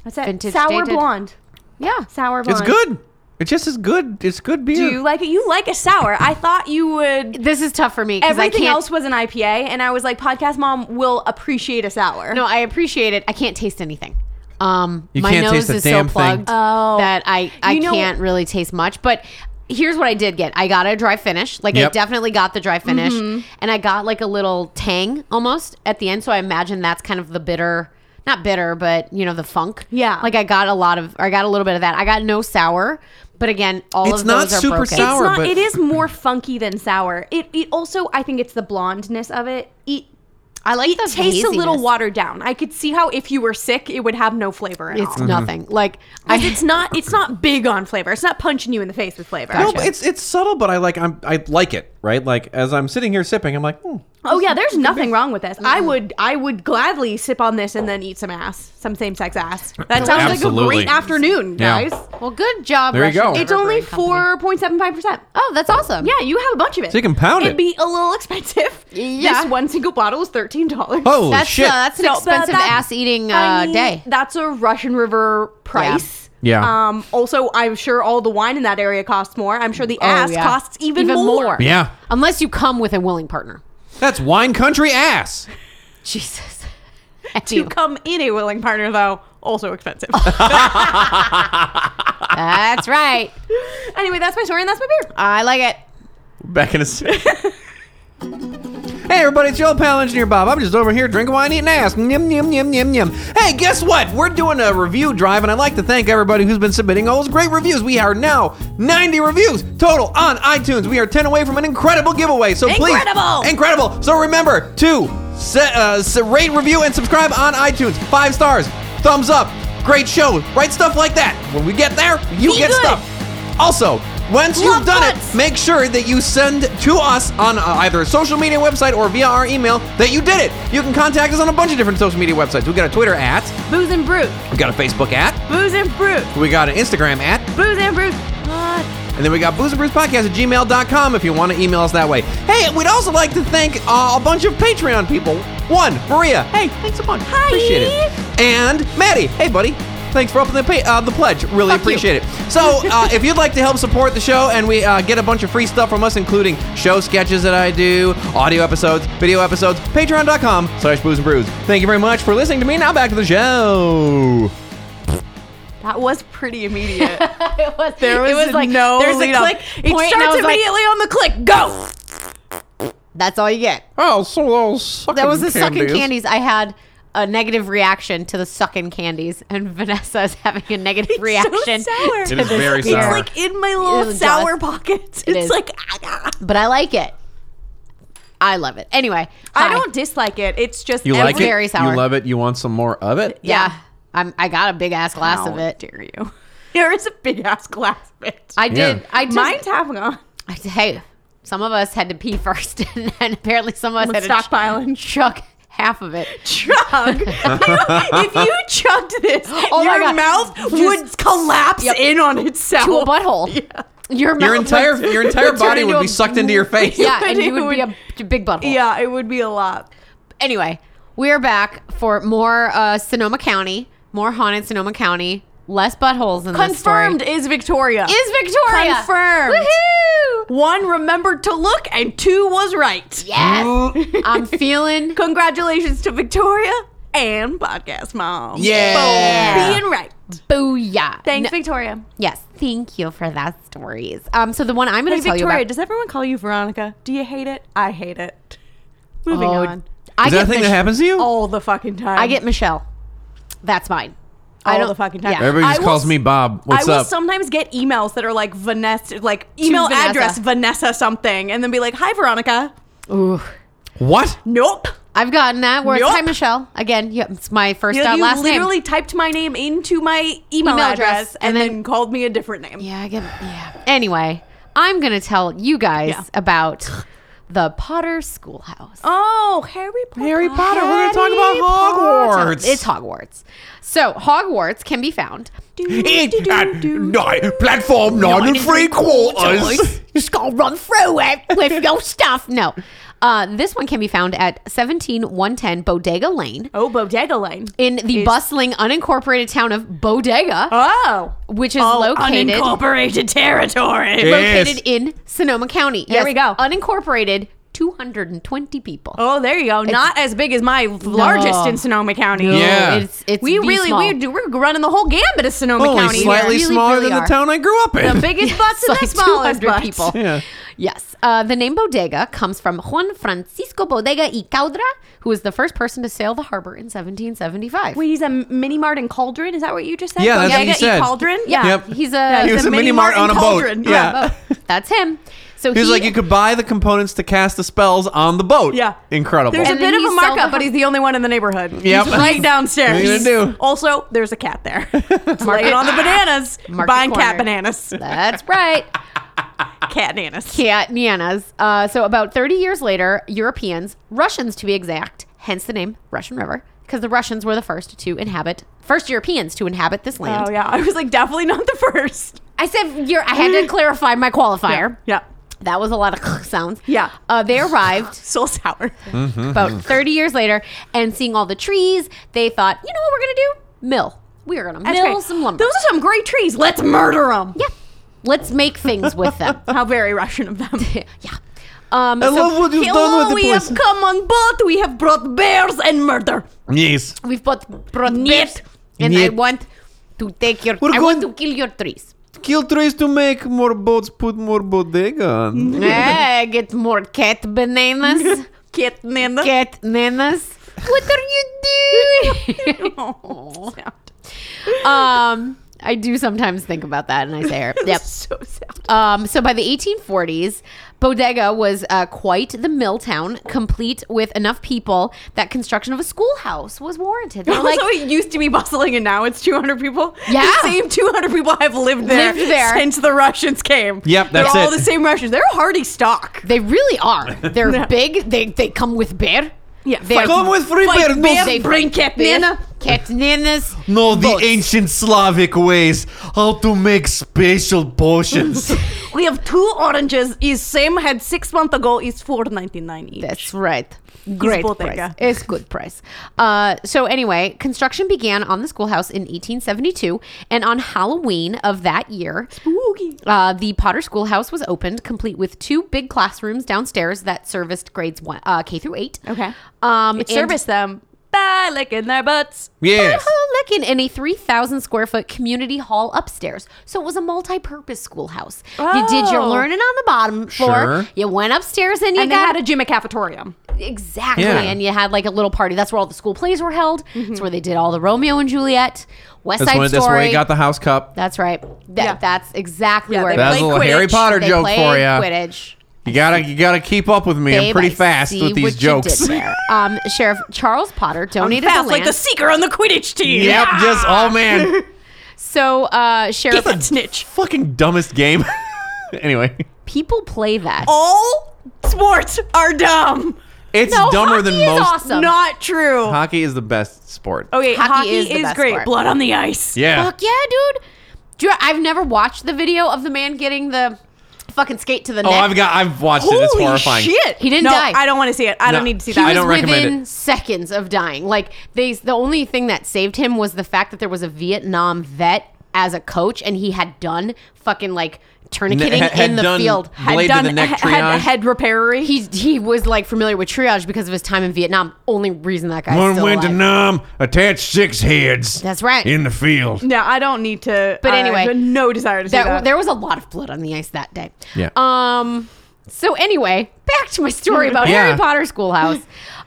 That's it.
Vintage
Sour
dated.
blonde.
Yeah.
Sour blonde.
It's good. It just is good. It's good beer.
Do you like it? You like a sour. I thought you would
This is tough for me. 'cause I
everything
can't-
else was an IPA, and I was like, podcast mom will appreciate a sour.
No, I appreciate it. I can't taste anything. Um,
You
my
can't
nose
taste a
is
damn
so
thing.
plugged
Oh.
that I I
You know-
can't really taste much. But here's what I did get: I got a dry finish. Like
Yep.
I definitely got the dry finish,
Mm-hmm.
and I got like a little tang almost at the end. So I imagine that's kind of the bitter. Not bitter, but you know the funk.
Yeah.
like I got a lot of, or I got a little bit of that. I got no sour, but again, all
It's
of
not
those are
super
broken.
sour.
it's not.
but-
It is more funky than sour. It, it also, I think it's the blondness of it. It
I like
it
the
tastes a little
haziness.
watered down. I could see how if you were sick, it would have no flavor at
It's
Mm-hmm.
all.
nothing. Like I,
'Cause it's not. It's not big on flavor. It's not punching you in the face with flavor.
No, but it's it's subtle, but I like I'm I like it, right? Like as I'm sitting here sipping, I'm like, hmm,
Oh yeah, there's nothing wrong with this. I would I would gladly sip on this and then eat some ass, some same sex ass. That sounds like a
Absolutely.
great afternoon,
Yeah.
guys.
well, good job.
There you
Russian
go.
River
It's only
Brewing Company.
four point seven five percent.
Oh, that's awesome.
Yeah, you have a bunch of it.
So you can pound
It'd
it.
be a little *laughs* expensive.
Yeah.
This one single bottle is thirteen dollars.
holy
that's
shit.
Uh, that's an
So, but
expensive
that-
ass eating uh,
I mean,
day.
That's a Russian River price.
Yeah. Yeah.
Um, also, I'm sure all the wine in that area costs more. I'm sure the ass
Oh, yeah.
costs even,
Even
more.
more.
yeah,
Unless you come with a willing
*laughs*
partner.
that's wine country ass.
*laughs* Jesus. F
To
you.
come in a willing partner, though,
*laughs*
also expensive.
That's right.
anyway, that's my story and that's my beer.
I like it.
Back in a
*laughs*
second. Hey everybody, it's your old pal engineer Bob. I'm just over here drinking wine, eating ass. Yum yum yum yum yum. Hey, guess what? We're doing a review drive, and I'd like to thank everybody who's been submitting all those great reviews. We are now 90 reviews total on iTunes. We are 10 away from an incredible giveaway. So please,
Incredible!
incredible. So remember to se- uh, se- rate, review, and subscribe on iTunes. Five stars, thumbs up, great show. Write stuff like that. When we get there, you
Be
get
good.
stuff. Also, once
Love
you've done it,
butts.
make sure that you send to us on uh, either a social media website or via our email that you did it. You can contact us on a bunch of different social media websites. We got a Twitter at,
Booze and Brew.
we got a Facebook at,
Booze and Brew.
we got an Instagram at,
Booze and Brew. Pod.
and then we got booze and brews podcast at gmail.com if you want to email us that way. Hey, we'd also like to thank uh, a bunch of Patreon people. One, Maria. Hey, thanks a bunch.
Hi.
Appreciate it. And Maddie. Hey, buddy. Thanks for upping the, pay, uh, the pledge. Really
Fuck you.
appreciate it. So,
*laughs*
uh, if you'd like to help support the show and we uh, get a bunch of free stuff from us, including show sketches that I do, audio episodes, video episodes, patreon.com slash booze and brews. Thank you very much for listening to me. Now back to the show.
That was pretty immediate.
*laughs* It was.
There was,
it was like
no
There's
lead
a
up.
click.
It
point, and I
starts
was like,
immediately on the click. Go.
That's all you get.
Oh, so those sucking
That was the sucking candies. I had a negative reaction to the sucking candies, and *laughs* Vanessa is having a
*laughs*
negative reaction.
sour.
to
It
is
this
very
beer.
It's
sour.
like in my little
Ew,
sour
Joss.
pockets.
It
it's
is.
like ah, ah.
But I like it. I love it. Anyway,
I
hi.
don't dislike it. It's just
You like
Every-
it?
Very sour.
You love it? You want some more of it?
*laughs* Yeah, I'm. I got a big ass glass of it.
Dare you? *laughs* There is a big ass glass of it.
I did.
Yeah.
I just,
Mine's having on.
I said, hey, some of us had to pee first, *laughs* and, then apparently some of us
Let's
had to ch- *laughs*
stockpiling.
chug half
*laughs*
of it. *laughs*
Chug. You know, if you chugged this,
Oh my
your
God.
mouth
Just-
would collapse
Yep.
in on itself.
to a butthole. Your, mouth
Your entire *laughs*
would-
your entire
turn
body
into
would
a-
be sucked into your face. *laughs*
Yeah,
But
and
it
you would, be
would-
a b- big butthole.
Yeah, it would be a lot.
Anyway, we're back for more uh, Sonoma County, more haunted Sonoma County, less buttholes in this story.
Confirmed is Victoria.
Is Victoria
Confirmed.
Woohoo!
One remembered to look, and two was right.
Yes, I'm
*laughs*
feeling.
Congratulations to Victoria and Podcast Mom.
Yeah.
For being right.
Booyah!
Thanks,
No-
Victoria.
yes, thank you for that stories. Um, so the one I'm going
Hey,
to tell
Victoria,
you about.
does everyone call you Veronica? Do you hate it? I hate it. Moving
Oh,
on.
I
Is that a
get Oh,
thing
Mich-
that happens to you?
All the fucking time.
I get Michelle. That's mine. I
All
don't
the fucking time.
Everybody
I
just
will
calls
s-
me Bob.
I
What's
will
up?
sometimes get emails that are like Vanessa, like email
Vanessa.
address Vanessa something, and then be like, "Hi, Veronica."
Ooh.
what?
Nope.
I've gotten that where it's
Yup.
hi Michelle again. Yep, it's my first
You, know,
uh,
you
last
literally
name.
typed my name into my email,
Email
address,
address,
and,
and
then,
then-
called me a different name.
Yeah, I get yeah. Anyway, I'm gonna tell you guys
Yeah.
about the Potter Schoolhouse.
Oh, Harry Potter.
Harry Potter. We're gonna talk
Harry
about
Potter.
Hogwarts.
It's Hogwarts. So Hogwarts can be found.
It's at nine, platform nine and three
Oh,
quarters.
Just gonna run through it with your stuff. No. Uh, this one can be found at 17110 Bodega Lane
Oh, Bodega Lane.
in the bustling unincorporated town of Bodega,
Oh,
which is
oh,
located
unincorporated territory.
Yeah.
located
Yes.
in Sonoma County.
There we go.
Unincorporated, 220 people.
Oh, there you go. Not as big as my largest in Sonoma County.
Yeah.
It's, it's
We
the
really
small.
we do, we're running the whole gambit of Sonoma
Only
County.
slightly
Really,
smaller
really
than
are.
the town I grew up in.
The
*laughs*
biggest butts
It's
and
like
the smallest
200
butts.
people.
Yeah.
Yes. Uh, the name Bodega comes from Juan Francisco Bodega y Caudra, who was the first person to sail the harbor in 1775.
Wait, he's a mini mart and cauldron. Is that what you just said?
Yeah, that's what he
Bodega y
said.
Cauldron.
yeah,
Yep.
he's a, oh,
*laughs*
Yeah,
he
he's
was
a
a
mini
mini mart on
*laughs*
mart
a
and
boat.
cauldron.
Yeah.
that's him. So
he was
he-
like, you could buy the components to cast the spells on the boat.
Yeah.
incredible.
There's
And
a
then
bit of
he
a
sold
markup,
the-
but he's the only one in the neighborhood.
Yep.
He's right downstairs.
What are you gonna do?
Also, there's a cat
*laughs*
there. It's laying on the bananas,
*laughs* Market
buying cat
corner.
bananas,
*laughs* That's right.
cat bananas.
Cat Nianas. Uh, so about 30 years later, Europeans, Russians to be exact, hence the name Russian River, because the Russians were the first to inhabit, first Europeans to inhabit this land.
Oh yeah, I was like definitely not the first.
I said, you're, I
Mm.
had to clarify my qualifier.
Yeah,
That was a lot of *laughs* sounds.
Yeah.
Uh, they arrived
*laughs* so sour.
Hmm.
about 30 years later and seeing all the trees, they thought, you know what we're going to do? Mill. We are going to
That's
mill
great.
some lumber.
Those are some great trees. Let's murder them.
yeah. Let's make things
*laughs*
with them. *laughs*
How very Russian of them.
yeah. Um,
I
so
love what you've done with
Hello,
the
we have
police.
come on board. We have brought bears and murder.
Yes.
we've bought brought
Niet.
bears, and I
Niet.
want to take your.
We're
I want to
going-
kill your trees.
Kill trees to make more boats, put more bodega on.
Eh, get more cat
*laughs*
bananas,
Cat nana.
cat nanas. What are you
*laughs*
*laughs*
doing? *laughs*
Oh, sound.
um, I do sometimes think about that, and I say, her.
*laughs*
"Yep."
So sound.
Um, so by the 1840s, Bodega was uh, quite the mill town, complete with enough people that construction of a schoolhouse was warranted.
*laughs*
They were like,
also, it used to be bustling, and now it's 200 people.
Yeah.
the same 200 people have lived there,
Lived there.
since the Russians came.
Yep, that's
They're all
it.
the same Russians. They're hardy stock.
They really are. They're
*laughs* Yeah.
big. They they come with bear.
Yeah,
They're-
fight-
Come with free
fight
bear, no
bear,
safe-
bring cat
bear,
nana.
Cat nanas.
No, the
boats.
ancient Slavic ways how to make special
*laughs*
potions.
We have two oranges. Is same had six months ago. Is 4.99 each.
That's right. Great price.
bodega.
It's good price. Uh, so anyway, construction began on the schoolhouse in 1872, and on Halloween of that year,
Spooky.
Uh, the Potter Schoolhouse was opened, complete with two big classrooms downstairs that serviced grades one, uh, K through eight.
Okay.
Um, and- *laughs*
It serviced them by licking their butts.
yes.
Oh, Lickin in a 3,000 square foot community hall upstairs. So it was a multi purpose schoolhouse. You did your
Oh.
learning on the bottom floor.
Sure.
You went upstairs and you
And they
got
had a gym at cafeteria.
Exactly.
Yeah.
And you had like a little party. That's where all the school plays were held. It's
Mm-hmm.
where they did all the Romeo and Juliet, West
That's,
Side
when,
Story.
that's where he got the house cup.
That's right. That,
Yeah.
That's exactly
Yeah,
where
they
That's
Play
a little Harry
Quidditch.
Potter
they
joke
played
for you.
Quidditch.
You gotta, you gotta keep up with me. I'm
Babe,
pretty
I
fast
see
with these
what you
*laughs*
did
jokes.
there. Um, Sheriff Charles Potter donated the
Fast
land.
like the seeker on the Quidditch team.
Yep, just oh
*laughs*
man,
so uh, Sheriff,
Get a snitch.
fucking dumbest game. *laughs* anyway,
people play that.
Oh,
All sports are dumb.
it's
No,
dumber
hockey
than
is
most.
awesome.
Not true.
Hockey is the best sport.
Okay,
Hockey
hockey,
is
is,
the best
great.
sport.
Blood on the ice.
Yeah,
Fuck yeah, dude. Do you, I've never watched the video of the man getting the fucking skate to the
Oh,
neck.
I've got. I've watched it. It's
Holy
horrifying.
shit!
He didn't
no,
die.
I don't want to see it. I
No.
don't need to see
he
that.
I
was
don't recommend
within
it.
seconds of dying. Like they, the only thing that saved him was the fact that there was a Vietnam vet as a coach, and he had done fucking like tourniqueting
had- had
in the
done
field.
blade to the neck
he- had
triage.
head repairery.
He he was like familiar with triage because of his time in Vietnam. Only reason that guy
One
still
went to
alive.
numb, attached six heads.
That's right.
In the field.
no, I don't need to.
But
I
anyway,
have no desire to see
that,
that.
there was a lot of blood on the ice that day.
Yeah.
Um. So anyway, back to my story about
Yeah.
Harry Potter Schoolhouse.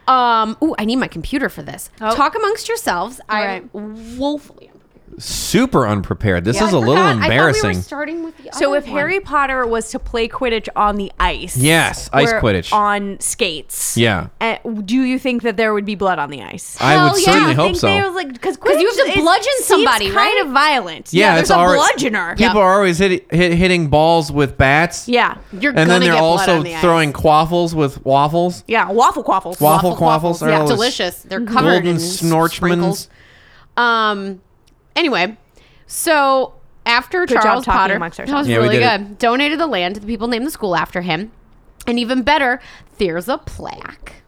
Um. Ooh, I need my computer for this. Talk amongst yourselves. I'm woefully unprepared.
Super unprepared. This
I
is a little
forgot- I thought we
embarrassing.
were starting with the.
so
other
if
one.
Harry Potter was to play Quidditch on the ice,
Yes, ice
or
Quidditch.
on skates.
Yeah.
uh, do you think that there would be blood on the ice?
I would
Hell yeah,
certainly
I
hope
think
so.
they was like because
'Cause you have to bludgeon somebody,
seems
right?
Kind of violent.
yeah,
there's
it's
a
already
bludgeoner.
People are always hit, hit, hitting balls with bats.
Yeah.
you're
and
gonna
then they're
get blood
also
on the ice.
throwing quaffles with waffles.
Yeah, waffle quaffles.
Waffle quaffles are
Yeah,
all
delicious. They're covered
golden
in
snorchmans.
sprinkles. Um. Anyway, so after
job
Charles
talking
Potter,
amongst
that was
ourselves.
Yeah, we
really
did it.
good. Donated the land to the people named the school after him, and even better, there's a plaque.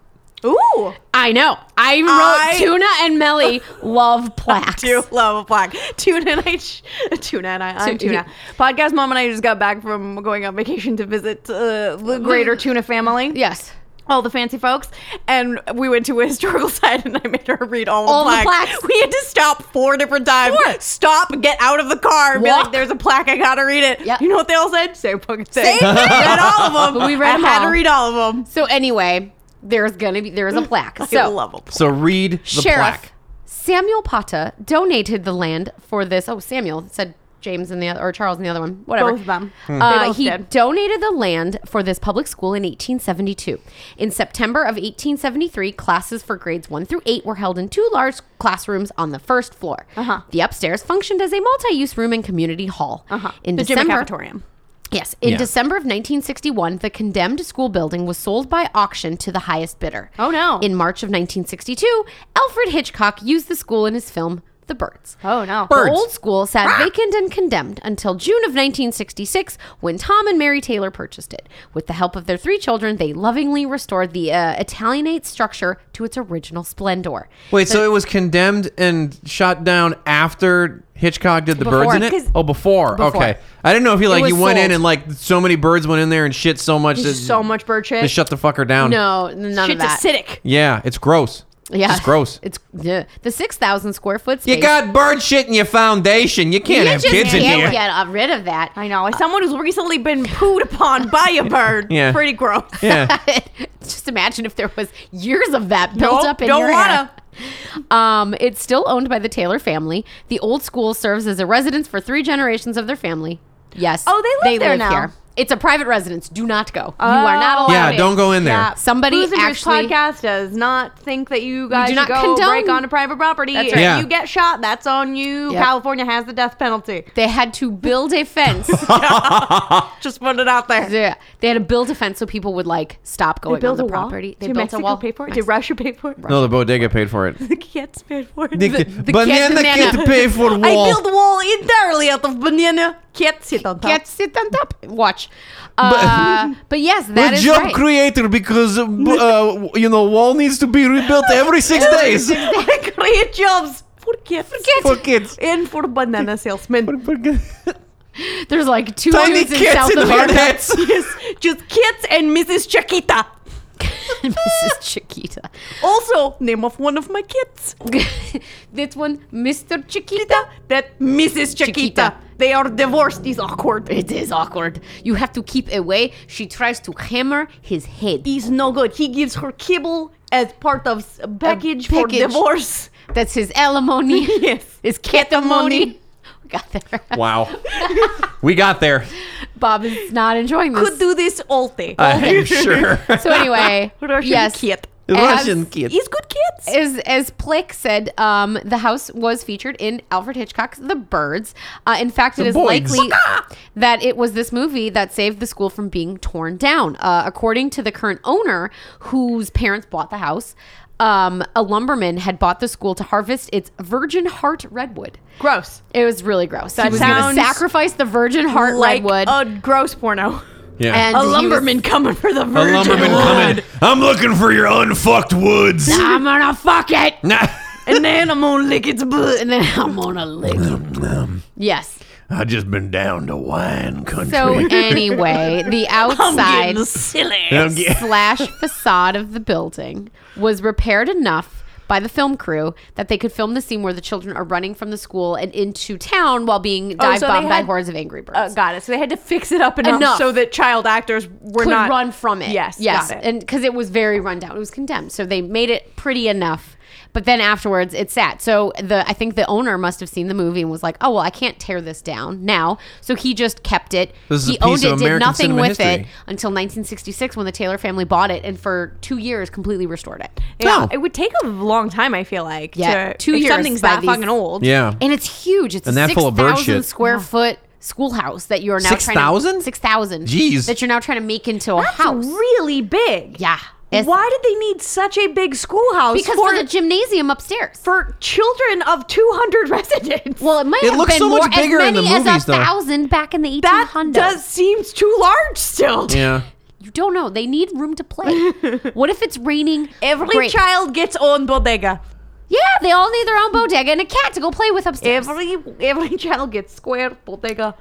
Ooh.
I know. I even wrote
I-
Tuna and *laughs* Melly love plaques.
do love a plaque. *laughs* Tuna and I, sh- tuna and I, I'm
Tu-
tuna. Podcast mom and I just got back from going on vacation to visit uh, the
*laughs*
greater tuna family.
Yes.
all the fancy folks, and we went to a *laughs* historical site, and I made her read all,
All
the,
the
plaques.
plaques.
We had to stop four different times.
Four.
Stop, get out of the car, and be
Walk.
like, "There's a plaque, I gotta read it."
Yep.
You know what they all said? Same fucking thing.
Same *laughs* thing.
read all of them.
We read
I
them
had
all.
to read all of them.
So anyway, there's gonna be there is a plaque.
I
So
love a plaque.
So read the
Sheriff
plaque.
Samuel Pata donated the land for this. Oh, Samuel said James and the other, or Charles and the other one, whatever.
Both of them. Hmm.
Uh,
They both
he
did.
donated the land for this public school in 1872. In September of 1873, classes for grades one through eight were held in two large classrooms on the first floor.
Uh-huh.
The upstairs functioned as a multi-use room and community hall.
Uh-huh.
In
the
December,
Jimmy Cafetorium.
Yes. In
Yeah.
December of 1961, the condemned school building was sold by auction to the highest bidder.
Oh, no.
In March of 1962, Alfred Hitchcock used the school in his film The Birds.
Oh no.
Bird. Birds.
The
Ah!
old school sat vacant and condemned until June of 1966 when Tom and Mary Taylor purchased it. With the help of their three children, they lovingly restored the uh, Italianate structure to its original splendor.
Wait, so it was condemned and shot down after Hitchcock did the
Before,
birds in it?
'cause-
Oh, before.
Before.
Okay, I didn't know if he like
was
he went
sold.
in and like so many birds went in there and shit so much that
so much bird shit.
They shut the fucker down.
No, none of
Shit's
that.
acidic.
Yeah, it's gross.
Yeah.
it's gross.
It's yeah. the 6,000 square foot space.
You got bird shit in your foundation. You can't
you
have
just
kids in
can't
here.
get uh, rid of that.
I know. As someone who's recently been pooed upon *laughs* by a bird,
Yeah.
pretty gross.
*laughs* Yeah.
*laughs* just imagine if there was years of that built
Nope,
up in
don't
your
wanna.
hair. Um, it's still owned by the Taylor family. The old school serves as a residence for three generations of their family. Yes.
Oh, they live there now. Oh.
It's a private residence. Do not go. you are not allowed.
Yeah,
in.
don't go in there.
Somebody
Losing Yours
actually-
podcast does not think that you guys
do
should
not
go
condone-
break onto private property.
That's
If
right.
Yeah.
you get shot, that's on you.
Yep.
California has the death penalty.
They had to build
*laughs*
a fence.
Just put it out there.
yeah, they had to build a fence so people would like stop going on the
wall?
property. They
Did
built
Mexico
a wall.
pay for it?
Mexico-
Did Russia pay for it?
no, the bodega paid for
*laughs*
it.
The kids paid for it.
the
but
kids
then the
banana.
kid paid
*laughs*
for the
I
wall.
built the wall entirely out of banana. Cats sit on top. *laughs*
Can't sit on
*laughs*
top. Watch. Uh, but, yes, that
Good
is
job
right.
creator
*laughs*
because uh, b- uh, you know wall needs to be rebuilt every six days.
create jobs for kids.
*laughs*
For
For kids.
And for banana salesmen.
*laughs*
There's like two
Tiny
dudes in
kids
South
in hard
America.
hats.
yes, just kids and Mrs. Chiquita.
*laughs* Mrs. Chiquita.
Also, name of one of my kids.
*laughs* this one, Mr. Chiquita.
That Mrs. Chiquita.
Chiquita.
They are divorced. Is awkward.
It is awkward. You have to keep away. She tries to hammer his head.
He's no good. He gives her kibble as part of s- package, for
package.
divorce.
That's his alimony.
*laughs* Yes.
His catamony. We *laughs* got there. *laughs*
Wow, we got there.
Bob is not enjoying this.
Could do this all day.
Oh,
I'm Uh, sure.
so anyway,
*laughs* Russian
yes.
kid.
Russian
As-
kid.
He's good kids.
As, as Plick said, um, the house was featured in Alfred Hitchcock's The Birds. Uh, in fact, it
The
is
Boys.
likely that it was this movie that saved the school from being torn down. Uh, according to the current owner, whose parents bought the house, um, a lumberman had bought the school to harvest its virgin heart redwood.
Gross.
It was really gross. he was going
sounds
to sacrifice the virgin heart
Like
redwood.
a gross porno.
Yeah.
and
A
he was-
lumberman coming for the
A
virgin.
lumberman coming.
wood.
I'm looking for your unfucked woods.
*laughs* I'm gonna fuck it,
Nah. *laughs*
And then I'm gonna lick its butt.
and then I'm gonna lick it. Yes.
I just been down to wine country. *laughs*
So anyway, the
I'm
outside
getting silly.
I'm get-
slash
*laughs*
facade of the building was repaired enough by the film crew that they could film the scene where the children are running from the school and into town while being dive
Oh, so they
bombed by
had-
hordes of angry birds.
Uh, got it. So they had to fix it up enough,
Enough.
so that child actors were
could
not
run from it.
Yes,
yes,
got it.
and because it was very run down, it was condemned. So they made it pretty enough, but then afterwards, it's sad. So the I think the owner must have seen the movie and was like, "Oh well, I can't tear this down now." So he just kept it.
This is
he
a piece of
owned it, did
American
nothing
cinema
with it
history.
until 1966 when the Taylor family bought it, and for two years completely restored it.
Yeah,
No.
it would take a long time. I feel like
Yeah,
to,
two
if
years
Something's
by
that
these-
fucking old.
yeah.
And it's huge. It's
And
a
that full of bird
6,000
shit.
square foot schoolhouse that you are now trying
6,000?
to 6,000
Jeez.
that you're now trying to make into a
That's
house.
really big.
Yeah. It's-
Why did they need such a big schoolhouse?
because
for
for the gymnasium upstairs.
for children of 200 *laughs* residents.
Well, it might
It
have
looks
been
so
more,
much bigger
as
in
many
the
as
movies,
a
though.
thousand back in the 1800s.
that does seems too large still.
*laughs*
Yeah.
You don't know. They need room to *laughs* play. what if it's raining?
Every
Great.
child gets own bodega.
Yeah, they all need their own bodega and a cat to go play with upstairs.
Every every child gets square bodega.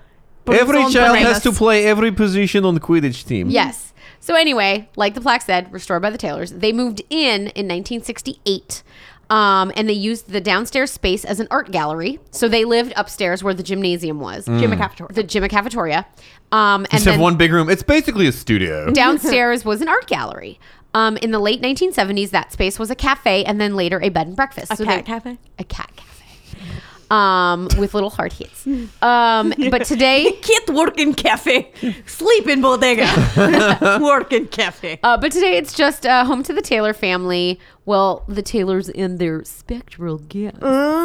Every
Own
child
bodegas.
has to play every position on the Quidditch team.
yes. So anyway, like the plaque said, restored by the Taylors, they moved in in 1968. Um, and they used the downstairs space as an art gallery. So they lived upstairs where the gymnasium was,
Jim McAfee.
the gym cafeteria. Um, and
Mm. Just have
then-
one big room. It's basically a studio.
*laughs* downstairs was an art gallery. Um, in the late 1970s, that space was a cafe and then later a bed and breakfast.
A cat cafe?
A cat cafe. um, with little hard hits. Um, but *laughs* today,
Can't work in
*laughs*
cafe. Sleep in bodega.
*laughs*
work in cafe.
uh, but today it's just uh, home to the Taylor family. Well, the Taylors and their spectral gifts.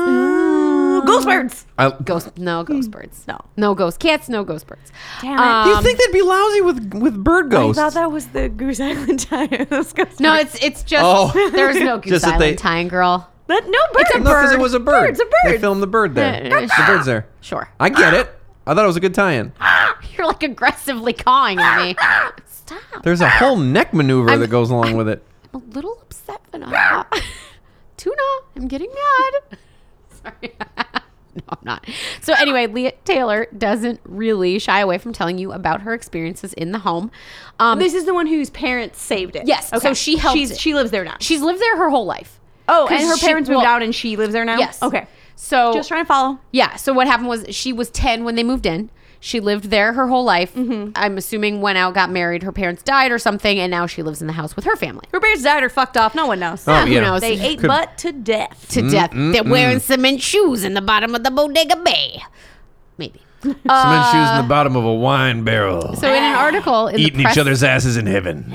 Ah.
Ghost birds.
I,
Ghost, no ghost birds.
No.
no ghost cats. No ghost birds.
Damn it.
Um,
you think they'd be lousy with with bird
I
ghosts?
thought that was the Goose Island *laughs* time. Those ghost
no,
birds.
it's it's just
Oh.
*laughs* there's
*laughs*
no Goose
Just that
Island
they-
tying girl.
But no bird.
a
no, because it was a bird.
Bird's a
They
bird.
filmed the bird there.
Yeah, yeah,
the bird's there.
Sure,
I get it. I thought it was a good tie-in.
*laughs* you're like aggressively cawing at me. Stop.
There's a whole neck maneuver
I'm-
that goes along with it.
I'm a little upset, but I'm not. *laughs* Tuna, I'm getting mad. *laughs* Sorry. no, I'm not. So, anyway, Leah Taylor doesn't really shy away from telling you about her experiences in the home. Um,
This is the one whose parents saved it.
Yes, so she helped
She's,
it.
she lives there now.
she's lived there her whole life.
oh,
'Cause
and her
she-
parents moved
well,
out, and she lives there now.
Yes.
Okay.
So,
Just trying to follow.
Yeah. So what happened was she was 10 when they moved in. She lived there her whole life.
Mm-hmm.
I'm assuming went out, got married, her parents died or something, and now she lives in the house with her family.
Her parents died or fucked off. No one knows.
Oh,
who
yeah.
knows?
They ate
Could-
butt to death.
to death. They're wearing cement shoes in the bottom of the bodega bay. Maybe.
Cement shoes in the bottom of a wine barrel,
Uh, So in an article in the press,
asses in heaven.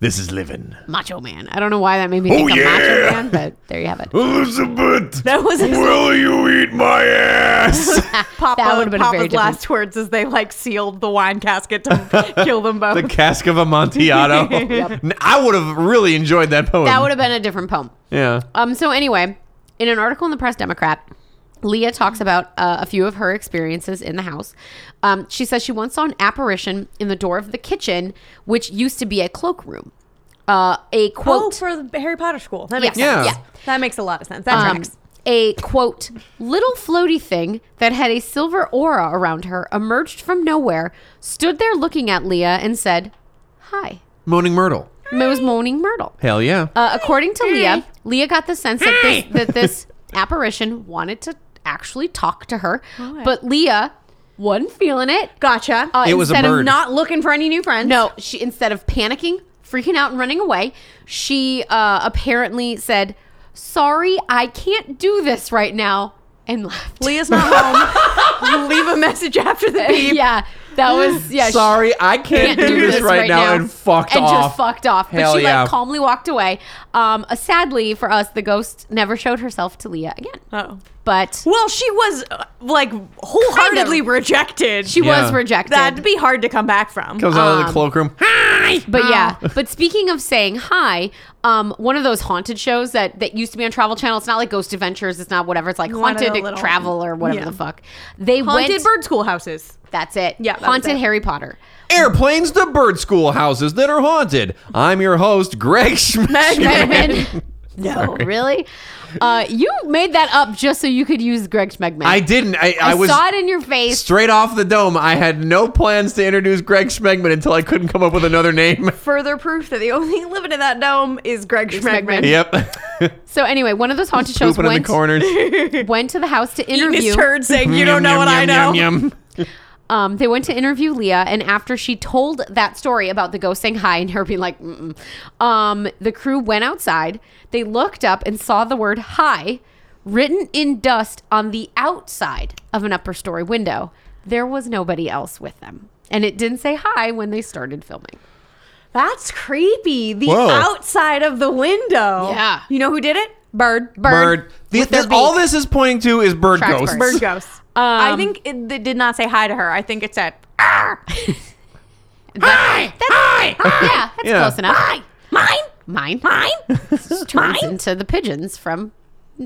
This is living.
Macho Man. I don't know why that made me
Oh,
think of Macho
yeah.
Man, but there you have it.
Elizabeth,
That was his
will you eat my
*laughs*
ass?
Papa,
That would've been
Papa's
very different.
last words as they like sealed the wine
*laughs*
casket to kill them both.
the cask of
*laughs*
Amontillado. N- I would have really enjoyed that poem.
That would have been a different poem.
Yeah.
Um, so anyway, in an article in the Press Democrat, Leah talks about uh, a few of her experiences in the house. Um, she says she once saw an apparition in the door of the kitchen, which used to be a cloakroom. Uh, a
oh,
quote,
for the Harry Potter school. That
Yes.
makes
Yeah.
sense. That makes a lot of sense. That
um,
tracks.
a quote, little floaty thing that had a silver aura around her emerged from nowhere, stood there looking at Leah, and said, "Hi."
Moaning Myrtle.
It was Moaning Myrtle.
Hell yeah.
Uh, according to Leah, Leah got the sense that this, that this apparition wanted to actually talk to her, but Leah wasn't feeling it.
Gotcha.
Uh,
It was a
instead of
bird.
not
Not looking for any new friends.
no, she instead of panicking, freaking out, and running away, she uh, apparently said, "Sorry, I can't do this right now," and left.
Leah's not home. Leave a message after the beep.
yeah, that was yeah. she-
Sorry, I can't, do, this, right, now, and fucked
and
off.
just fucked off. But
Hell
she
yeah.
like calmly walked away. Um, uh, sadly for us, the ghost never showed herself to Leah again.
Oh.
But
Well, she was uh, like wholeheartedly rejected.
she was
Yeah.
rejected.
That'd be hard to come back from.
Comes out of the
um,
cloakroom.
but yeah. But speaking of saying hi, um, one of those haunted shows that that used to be on Travel Channel. It's not like Ghost Adventures. It's not whatever. It's like
One of the
haunted
little-
travel or whatever
yeah.
the fuck. They
Haunted
went.
bird school houses.
that's it.
Yeah, that was
haunted
it.
Harry
*laughs*
Potter. *laughs*
Airplanes to bird school houses that are haunted. I'm your host, Greg
*laughs*
Schmidt.
Schmegman. No, *laughs* Oh, really? Uh, you made that up just so you could use Greg Schmegman.
I didn't. I, I,
I,
was
saw it in your face.
straight off the dome. I had no plans to introduce Greg Schmegman until I couldn't come up with another name. *laughs*
Further proof that the only living in that dome is Greg
Schmegman.
Schmegman.
*laughs*
yep.
So anyway, one of those haunted shows
Pooping in the
went, *laughs*
corners.
went to the house to
*laughs* You
interview.
misheard saying you
Mm, Yum,
don't know what I
yum,
know.
yum, yum.
Um, they went to interview Leah, and after she told that story about the ghost saying hi and her being like, Mm-mm, um, the crew went outside. They looked up and saw the word "hi" written in dust on the outside of an upper story window. There was nobody else with them, and it didn't say hi when they started filming.
That's creepy. The
Whoa.
outside of the window.
Yeah.
You know who did it? Bird.
Bird. The-
with their
the- all
beak. Um,
this is pointing to is bird
Tracks
ghosts.
birds.
*laughs* Bird ghosts. I think it, they did not say hi to her. I think it said, "Arr,
That, hi, yeah, that's
Yeah.
close enough.
hi, mine,
Mine *laughs*
mine,
turns
mine."
into the pigeons from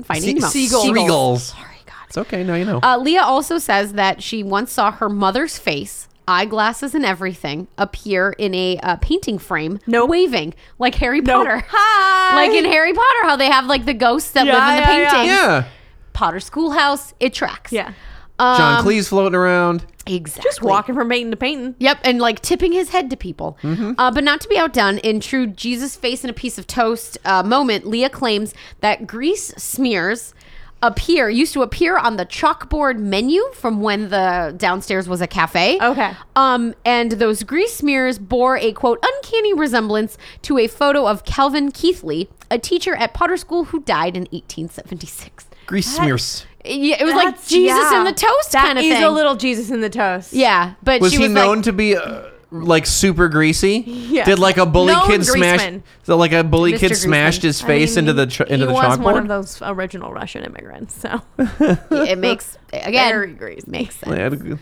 Finding
Se-
Nemo.
seagulls. Seagulls.
Sorry, God.
It's okay. Now you know.
Uh, Leah also says that she once saw her mother's face, eyeglasses, and everything appear in a uh, painting frame,
Nope.
waving like Harry Potter.
Hi.
Like in Harry Potter, how they have like the ghosts that
Yeah,
live in the
yeah, yeah.
paintings.
yeah.
Potter schoolhouse, it tracks.
Yeah.
Um,
John Cleese floating around.
Exactly.
Just walking from painting to painting.
Yep, and like tipping his head to people.
Mm-hmm.
Uh, but not to be outdone, in true Jesus face and a piece of toast uh, moment, Leah claims that grease smears appear used to appear on the chalkboard menu from when the downstairs was a cafe.
Okay.
Um, and those grease smears bore a quote uncanny resemblance to a photo of Calvin Keithley, a teacher at Potter School who died in 1876.
Grease smears.
Yeah, it was like
That's-
Jesus
yeah.
in the toast
That
kind of
is
thing.
a little Jesus in the toast.
yeah, but
Was
she
he
was
known
like,
to be uh, like super greasy?
Yeah.
Did like a bully
Known
kid smash?
greaseman.
So like a bully
Mr.
kid smashed
Greaseman.
his
I
face
mean,
into the tr-
he-
into the
he was one of
chalkboard.
those original Russian immigrants. So
*laughs* it
*laughs*
makes again
Very greasy.
makes sense.
Yeah,
It's-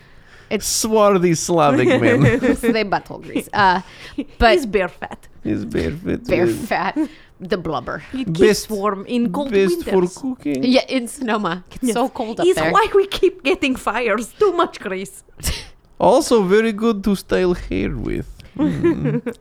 It's one of these
*laughs*
Slavic men.
they butthole grease. Uh,
*laughs*
but
he's bare fat.
His barefoot.
bare fat, the blubber.
He keeps
Best-
warm in cold
Best for
winters.
cooking.
Yeah, in Sonoma, it's so cold up
It's
there.
why we keep getting fires. Too much grease.
Also very good to style hair with.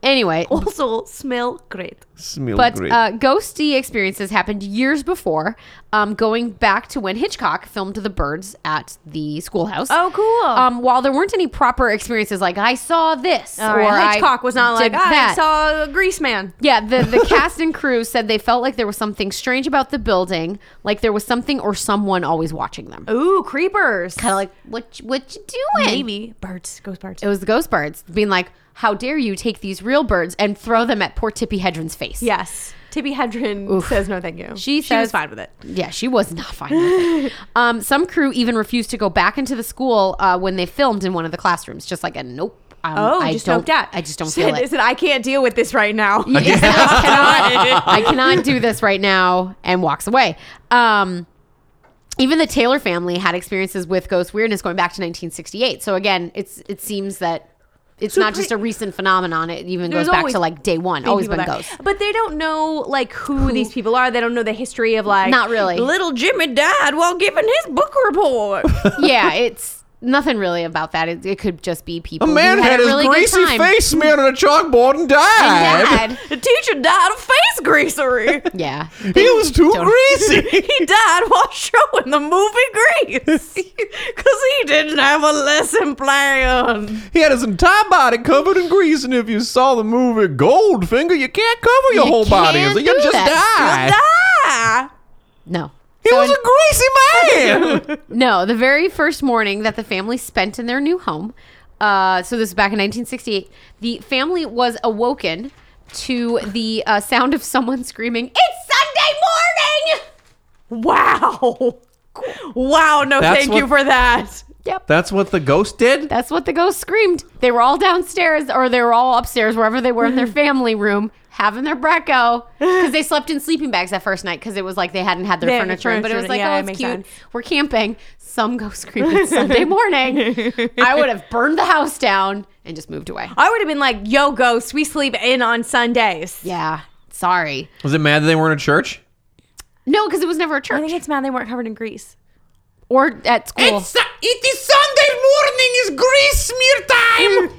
Anyway,
Also smell Oh. great.
Smell
but
great.
uh, ghosty experiences happened years before, um, going back to when Hitchcock filmed The Birds at the schoolhouse.
Oh, cool.
Um, while there weren't any proper experiences like I saw this
All
or
right.
I
Oh, Hitchcock was not like "Oh,
did
"Ah, I
that."
saw a grease man.
Yeah, the,
*laughs*
the cast and crew said they felt like there was something strange about the building, like there was something or someone always watching them.
Ooh, creepers.
Kind of like, what, you- what you doing?
maybe birds, ghost birds.
It was the ghost birds being like, how dare you take these real birds and throw them at poor Tippy Hedren's face.
Yes. Tibby Hedren says no thank you.
She
she was
says-
fine with it.
Yeah, she was not fine. with
*laughs*
it. um, some crew even refused to go back into the school uh, when they filmed in one of the classrooms. Just like a nope. Um,
Oh,
I
just
don't,
don't, out.
I just don't
She
feel
said,
it.
said, I can't deal with this right now.
Yeah, *laughs*
*laughs*
I, cannot, I cannot do this right now and walks away. Um, even the Taylor family had experiences with ghost weirdness going back to 1968. So again, it's it seems that it's
So
not
pre-
just a recent phenomenon. It even
There's
goes back
always
to like day one.
been
Always
people
been
that-
ghosts.
But they don't know like who, these people are. They don't know the history of like
Not really.
Little Jimmy died while giving his book
*laughs*
report.
yeah, it's nothing really about that. It, it could just be people.
a man
who
had,
a
his
really good
greasy
time
face smeared on a chalkboard and
and
died.
died.
the teacher died of face greasery.
Yeah,
He was too
*laughs*
*laughs*
Don't-
greasy.
*laughs* he died while showing the movie Grease because he didn't have a lesson plan.
He had his entire body covered in grease, and if you saw the movie Goldfinger, you can't cover your
You
whole body.
can't
So you
do
just
that.
die.
Die.
no.
He
So
was
in-
a greasy man.
no, the very first morning that the family spent in their new home, uh, so this is back in 1968, the family was awoken to the uh, sound of someone screaming, It's Sunday morning!
Wow. Wow. No,
That's
thank you
what-
for that.
*laughs* That's what the ghost did.
That's what the ghost screamed. They were all downstairs, or they were all upstairs, wherever they were in
*laughs*
their family room, having their brecko, because they slept in sleeping bags that first night, because it was like they hadn't had their
They had
furniture, in, but it was
furniture,
like,
yeah, it
oh, it's
makes
cute.
sense.
We're camping. Some ghost screamed it's
*laughs*
Sunday morning. I would have burned the house down and just moved away.
I would have been like, yo, ghost, we sleep in on Sundays.
Yeah, sorry.
Was it mad that they weren't at church?
No, because it was never a
I think
church
it's mad they weren't covered in grease.
or at school.
it is Sunday morning. It's grease smear time.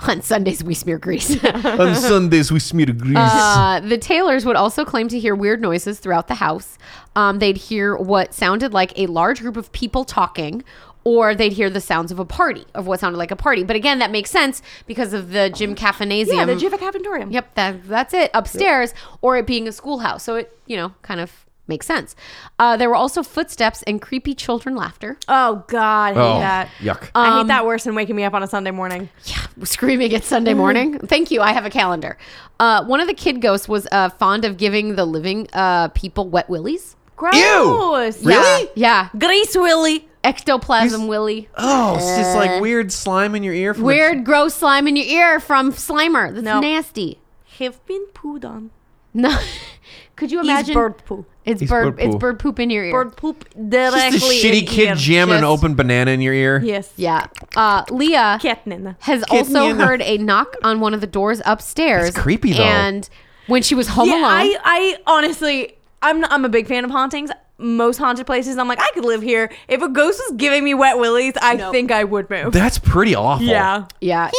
*sighs* On Sundays we smear grease.
*laughs*
*laughs*
On Sundays we smear grease.
Uh, the Taylors would also claim to hear weird noises throughout the house. Um, they'd hear what sounded like a large group of people talking, or they'd hear the sounds of a party, of what sounded like a party. But again, that makes sense because of the gym caffeinasium.
Yeah, the Jiva Capentorium.
Yep, that, that's it. Upstairs, or it being a schoolhouse. So it, you know, kind of makes sense. Uh, there were also footsteps and creepy children laughter.
Oh, God. I hate
Oh,
that.
yuck.
Uh,
I hate that worse than waking me up on a Sunday morning.
Yeah, *laughs* screaming at Sunday *laughs* morning. Thank you. I have a calendar. Uh, one of the kid ghosts was uh, fond of giving the living uh, people wet willies.
Gross.
Really?
Yeah. yeah.
Grease Willy.
Ectoplasm Willy.
oh, it's just like weird slime in your ear. From the-
Weird, gross slime in your ear from Slimer. That's
Nope.
nasty.
Have been pooed on.
No. *laughs* Could you imagine?
It's bird poo.
It's,
It's
bird,
bird
It's
poo.
bird poop in your ear.
Bird poop directly.
just a shitty
in
kid
ear.
jamming an
Just-
open banana in your ear.
Yes.
Yeah. Uh, Leah
Catnin.
has
Kitten
also
in the-
heard a knock on one of the doors upstairs.
That's creepy, though.
And when she was home
Yeah,
alone,
I, I honestly, I'm not, I'm a big fan of hauntings. Most haunted places, I'm like, I could live here. If a ghost was giving me wet willies, I think I would move.
That's pretty awful.
yeah. *laughs*
yeah.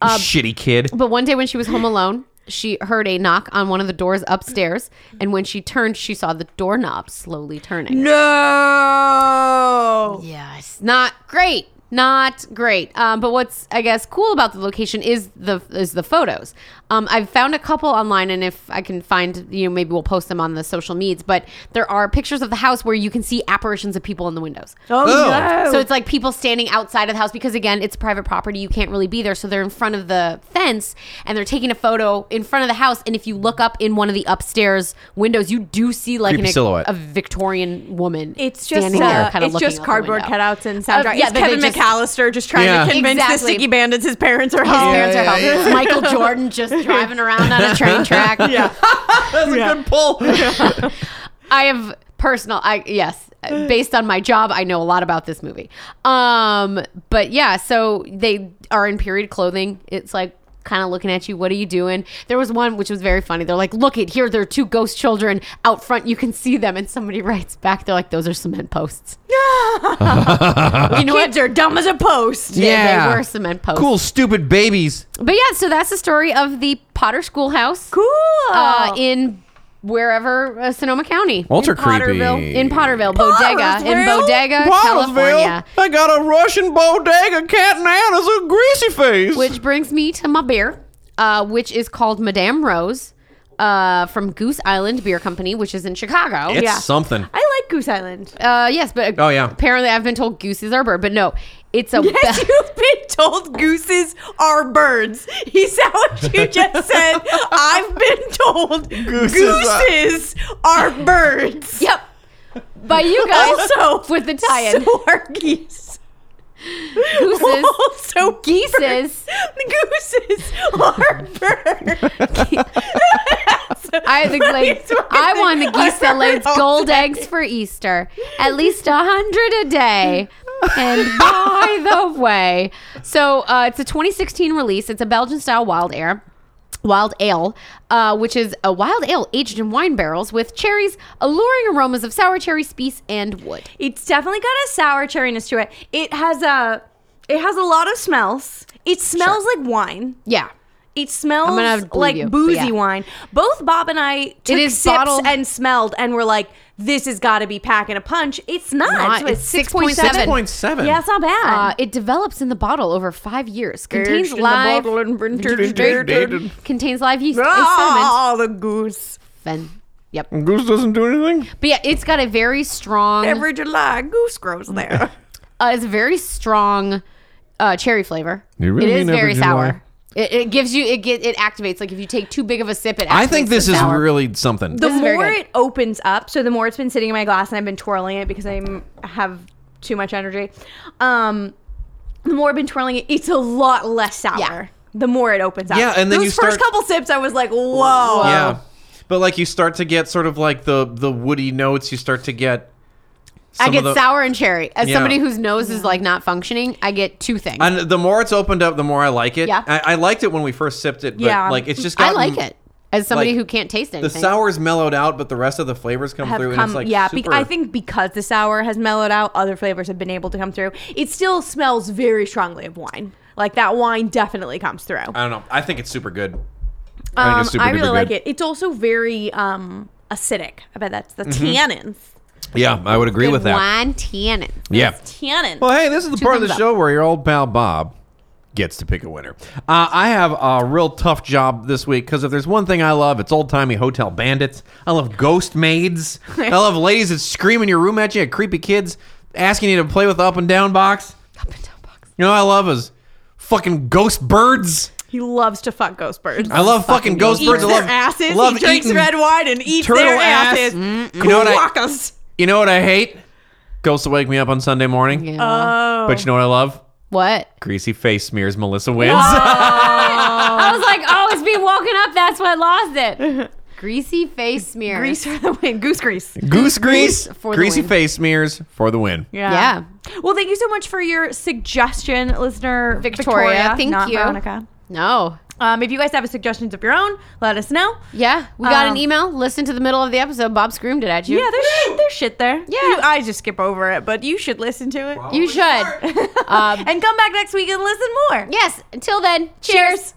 Um,
You shitty kid.
But one day when she was home alone, she heard a knock on one of the doors upstairs. And when she turned, she saw the doorknob slowly turning.
No.
Oh, Yes. Not great. Not great. Um, but what's I guess cool about the location is the is the photos. Um, I've found a couple online, and if I can find, you know, maybe we'll post them on the social medias. But there are pictures of the house where you can see apparitions of people in the windows.
Oh,
Oh.
no.
So it's like people standing outside of the house because again, it's private property. You can't really be there. So they're in front of the fence and they're taking a photo in front of the house. And if you look up in one of the upstairs windows, you do see like
Creepy
an,
silhouette.
a Victorian woman.
It's just
standing there
uh,
kinda
it's
looking
just
out the
cardboard
window.
cutouts and sound
Uh,
drawings.
yeah,
it's
that they
Kevin
just-
McAllister just trying
Yeah.
to convince
Exactly.
the sticky bandits his parents are
His
home.
parents
yeah,
are home.
yeah.
It's *laughs* Michael
*laughs*
Jordan just driving around on a train track. *laughs* yeah.
That's a good pull.
*laughs* I have personal. I yes, based on my job, I know a lot about this movie. Um, but yeah, so they are in period clothing. It's like kind of looking at you. What are you doing? There was one which was very funny. They're like, look at here. There are two ghost children out front. You can see them. And somebody *laughs* writes back. They're like, those are cement posts. you know what?
Kids are dumb as a post.
They-
Yeah.
they were cement posts.
Cool, stupid babies.
But yeah, so that's the story of the Potter Schoolhouse
Cool. Oh.
uh, in wherever uh, Sonoma County.
Ultra
in Potterville,
creepy.
in Potterville, Bodega, in
Pottersville?
Bodega, California.
I got a Russian bodega cat and Anna's a greasy face.
Which brings me to my beer, uh, which is called Madame Rose uh, from Goose Island Beer Company, which is in Chicago.
it's something.
I like
*laughs*
Goose Island.
Uh, yes, but
Oh, yeah.
Apparently, I've been told goose is our bird, but no, it's a.
Yes, you've been told gooses are birds. Is that what you just said?
*laughs*
I've been told
Gooses are-
gooses are
*laughs*
birds.
yep. By
*laughs*
you *laughs* guys
Also,
with the tie-in.
So are geese.
*laughs* gooses.
Also,
*laughs* Geeses.
birds. Gooses are birds. *laughs*
I the like, I want the geese that lays gold eggs for Easter, at least a hundred a day. And
*laughs*
by the way, so uh, it's a 2016 release. It's a Belgian style wild air. Wild ale, uh, which is a wild ale aged in wine barrels with cherries, alluring aromas of sour cherry, spice, and wood.
It's definitely got a sour cherriness to it. It has a, it has a lot of smells. It smells like wine.
Yeah,
It smells
gonna believe
like
you, but
boozy
yeah.
wine. Both Bob and I took
is
sips
bottled-
and smelled and were like, "This has got to be packing a punch." It's not.
Not.
So
Uh, It's 6.7.
6.7.
Yeah, it's not
uh,
bad.
it develops in the bottle over five years. Contains
Aged in the
live
bottle and printed and dated.
contains live yeast, a
Ah, the goose
sediment. Yep.
Goose doesn't do anything?
But yeah, it's got a very strong.
every July goose *laughs* grows there.
uh, it's very strong uh, cherry flavor.
You really
it is
mean
very
every July.
sour. It, it gives you it get it activates like if you take too big of a sip it.
I think
activates
this
the
is
sour.
really something.
the
This is very
more
good.
it opens up, so the more it's been sitting in my glass, and I've been twirling it because I am- have too much energy. Um, the more I've been twirling it, it's a lot less sour.
Yeah.
The more it opens up.
Yeah, and then
Those
you
first
start-
couple sips, I was like,
uh,
"Whoa!"
yeah. But like you start to get sort of like the the woody notes, you start to get
I
some
get
of the-
sour and cherry. As
Yeah.
somebody whose nose is like not functioning, I get two things.
And the more it's opened up, the more I like it.
Yeah.
I, I liked it when we first sipped it, but
Yeah.
like it's just
I
gotten-
like it as somebody
like,
who can't taste
The
anything.
sour's mellowed out, but the rest of the flavors come
have
through and
come.
it's like
yeah,
super,
be- I think because the sour has mellowed out, other flavors have been able to come through. It still smells very strongly of wine. Like that wine definitely comes through.
I don't know. I think it's super good. I think
Um,
it's super
I
duper
really like
good.
it. It's also very um, acidic. I bet that's the
Mm-hmm.
tannins.
Yeah, I would agree
Good
with that.
Wine tannin.
Yeah.
Tannin.
Well, hey, this is the part of the
thumbs up.
show where your old pal Bob gets to pick a winner. Uh, I have a real tough job this week because if there's one thing I love, it's old timey hotel bandits. I love ghost maids.
*laughs*
I love ladies that scream in your room at you, at creepy kids asking you to play with the up and down box.
Up and down box.
You know what I love is fucking ghost birds.
he loves to fuck ghost birds.
I love fucking, ghost
eats
birds. I
their
love
asses.
love
he drinks
eating
red wine and eats
turtle
their
ass. Mm.
asses.
You know what I?
Quackas.
You know what I hate? Ghosts that wake me up on Sunday morning.
Yeah.
Oh.
But you know what I love?
what?
Greasy face smears Melissa wins.
*laughs* I was like, oh, it's been woken up. That's what lost it. *laughs* Greasy face smear.
Grease for the win. Goose grease.
Goose grease,
for the
greasy
win.
face smears for the win.
Yeah.
Well, thank you so much for your suggestion, listener
Victoria,
Victoria.
thank
not
you.
Veronica.
No.
Um, if you guys have suggestions of your own, let us know.
Yeah. We got
Um,
an email. Listen to the middle of the episode. Bob screamed it at you.
Yeah, there's
*laughs*
shit, there's shit there. Yeah, I just skip over it, but you should listen to it *laughs*
You should.
and come back next week and listen more.
*laughs* Yes. Until then, cheers.
Cheers.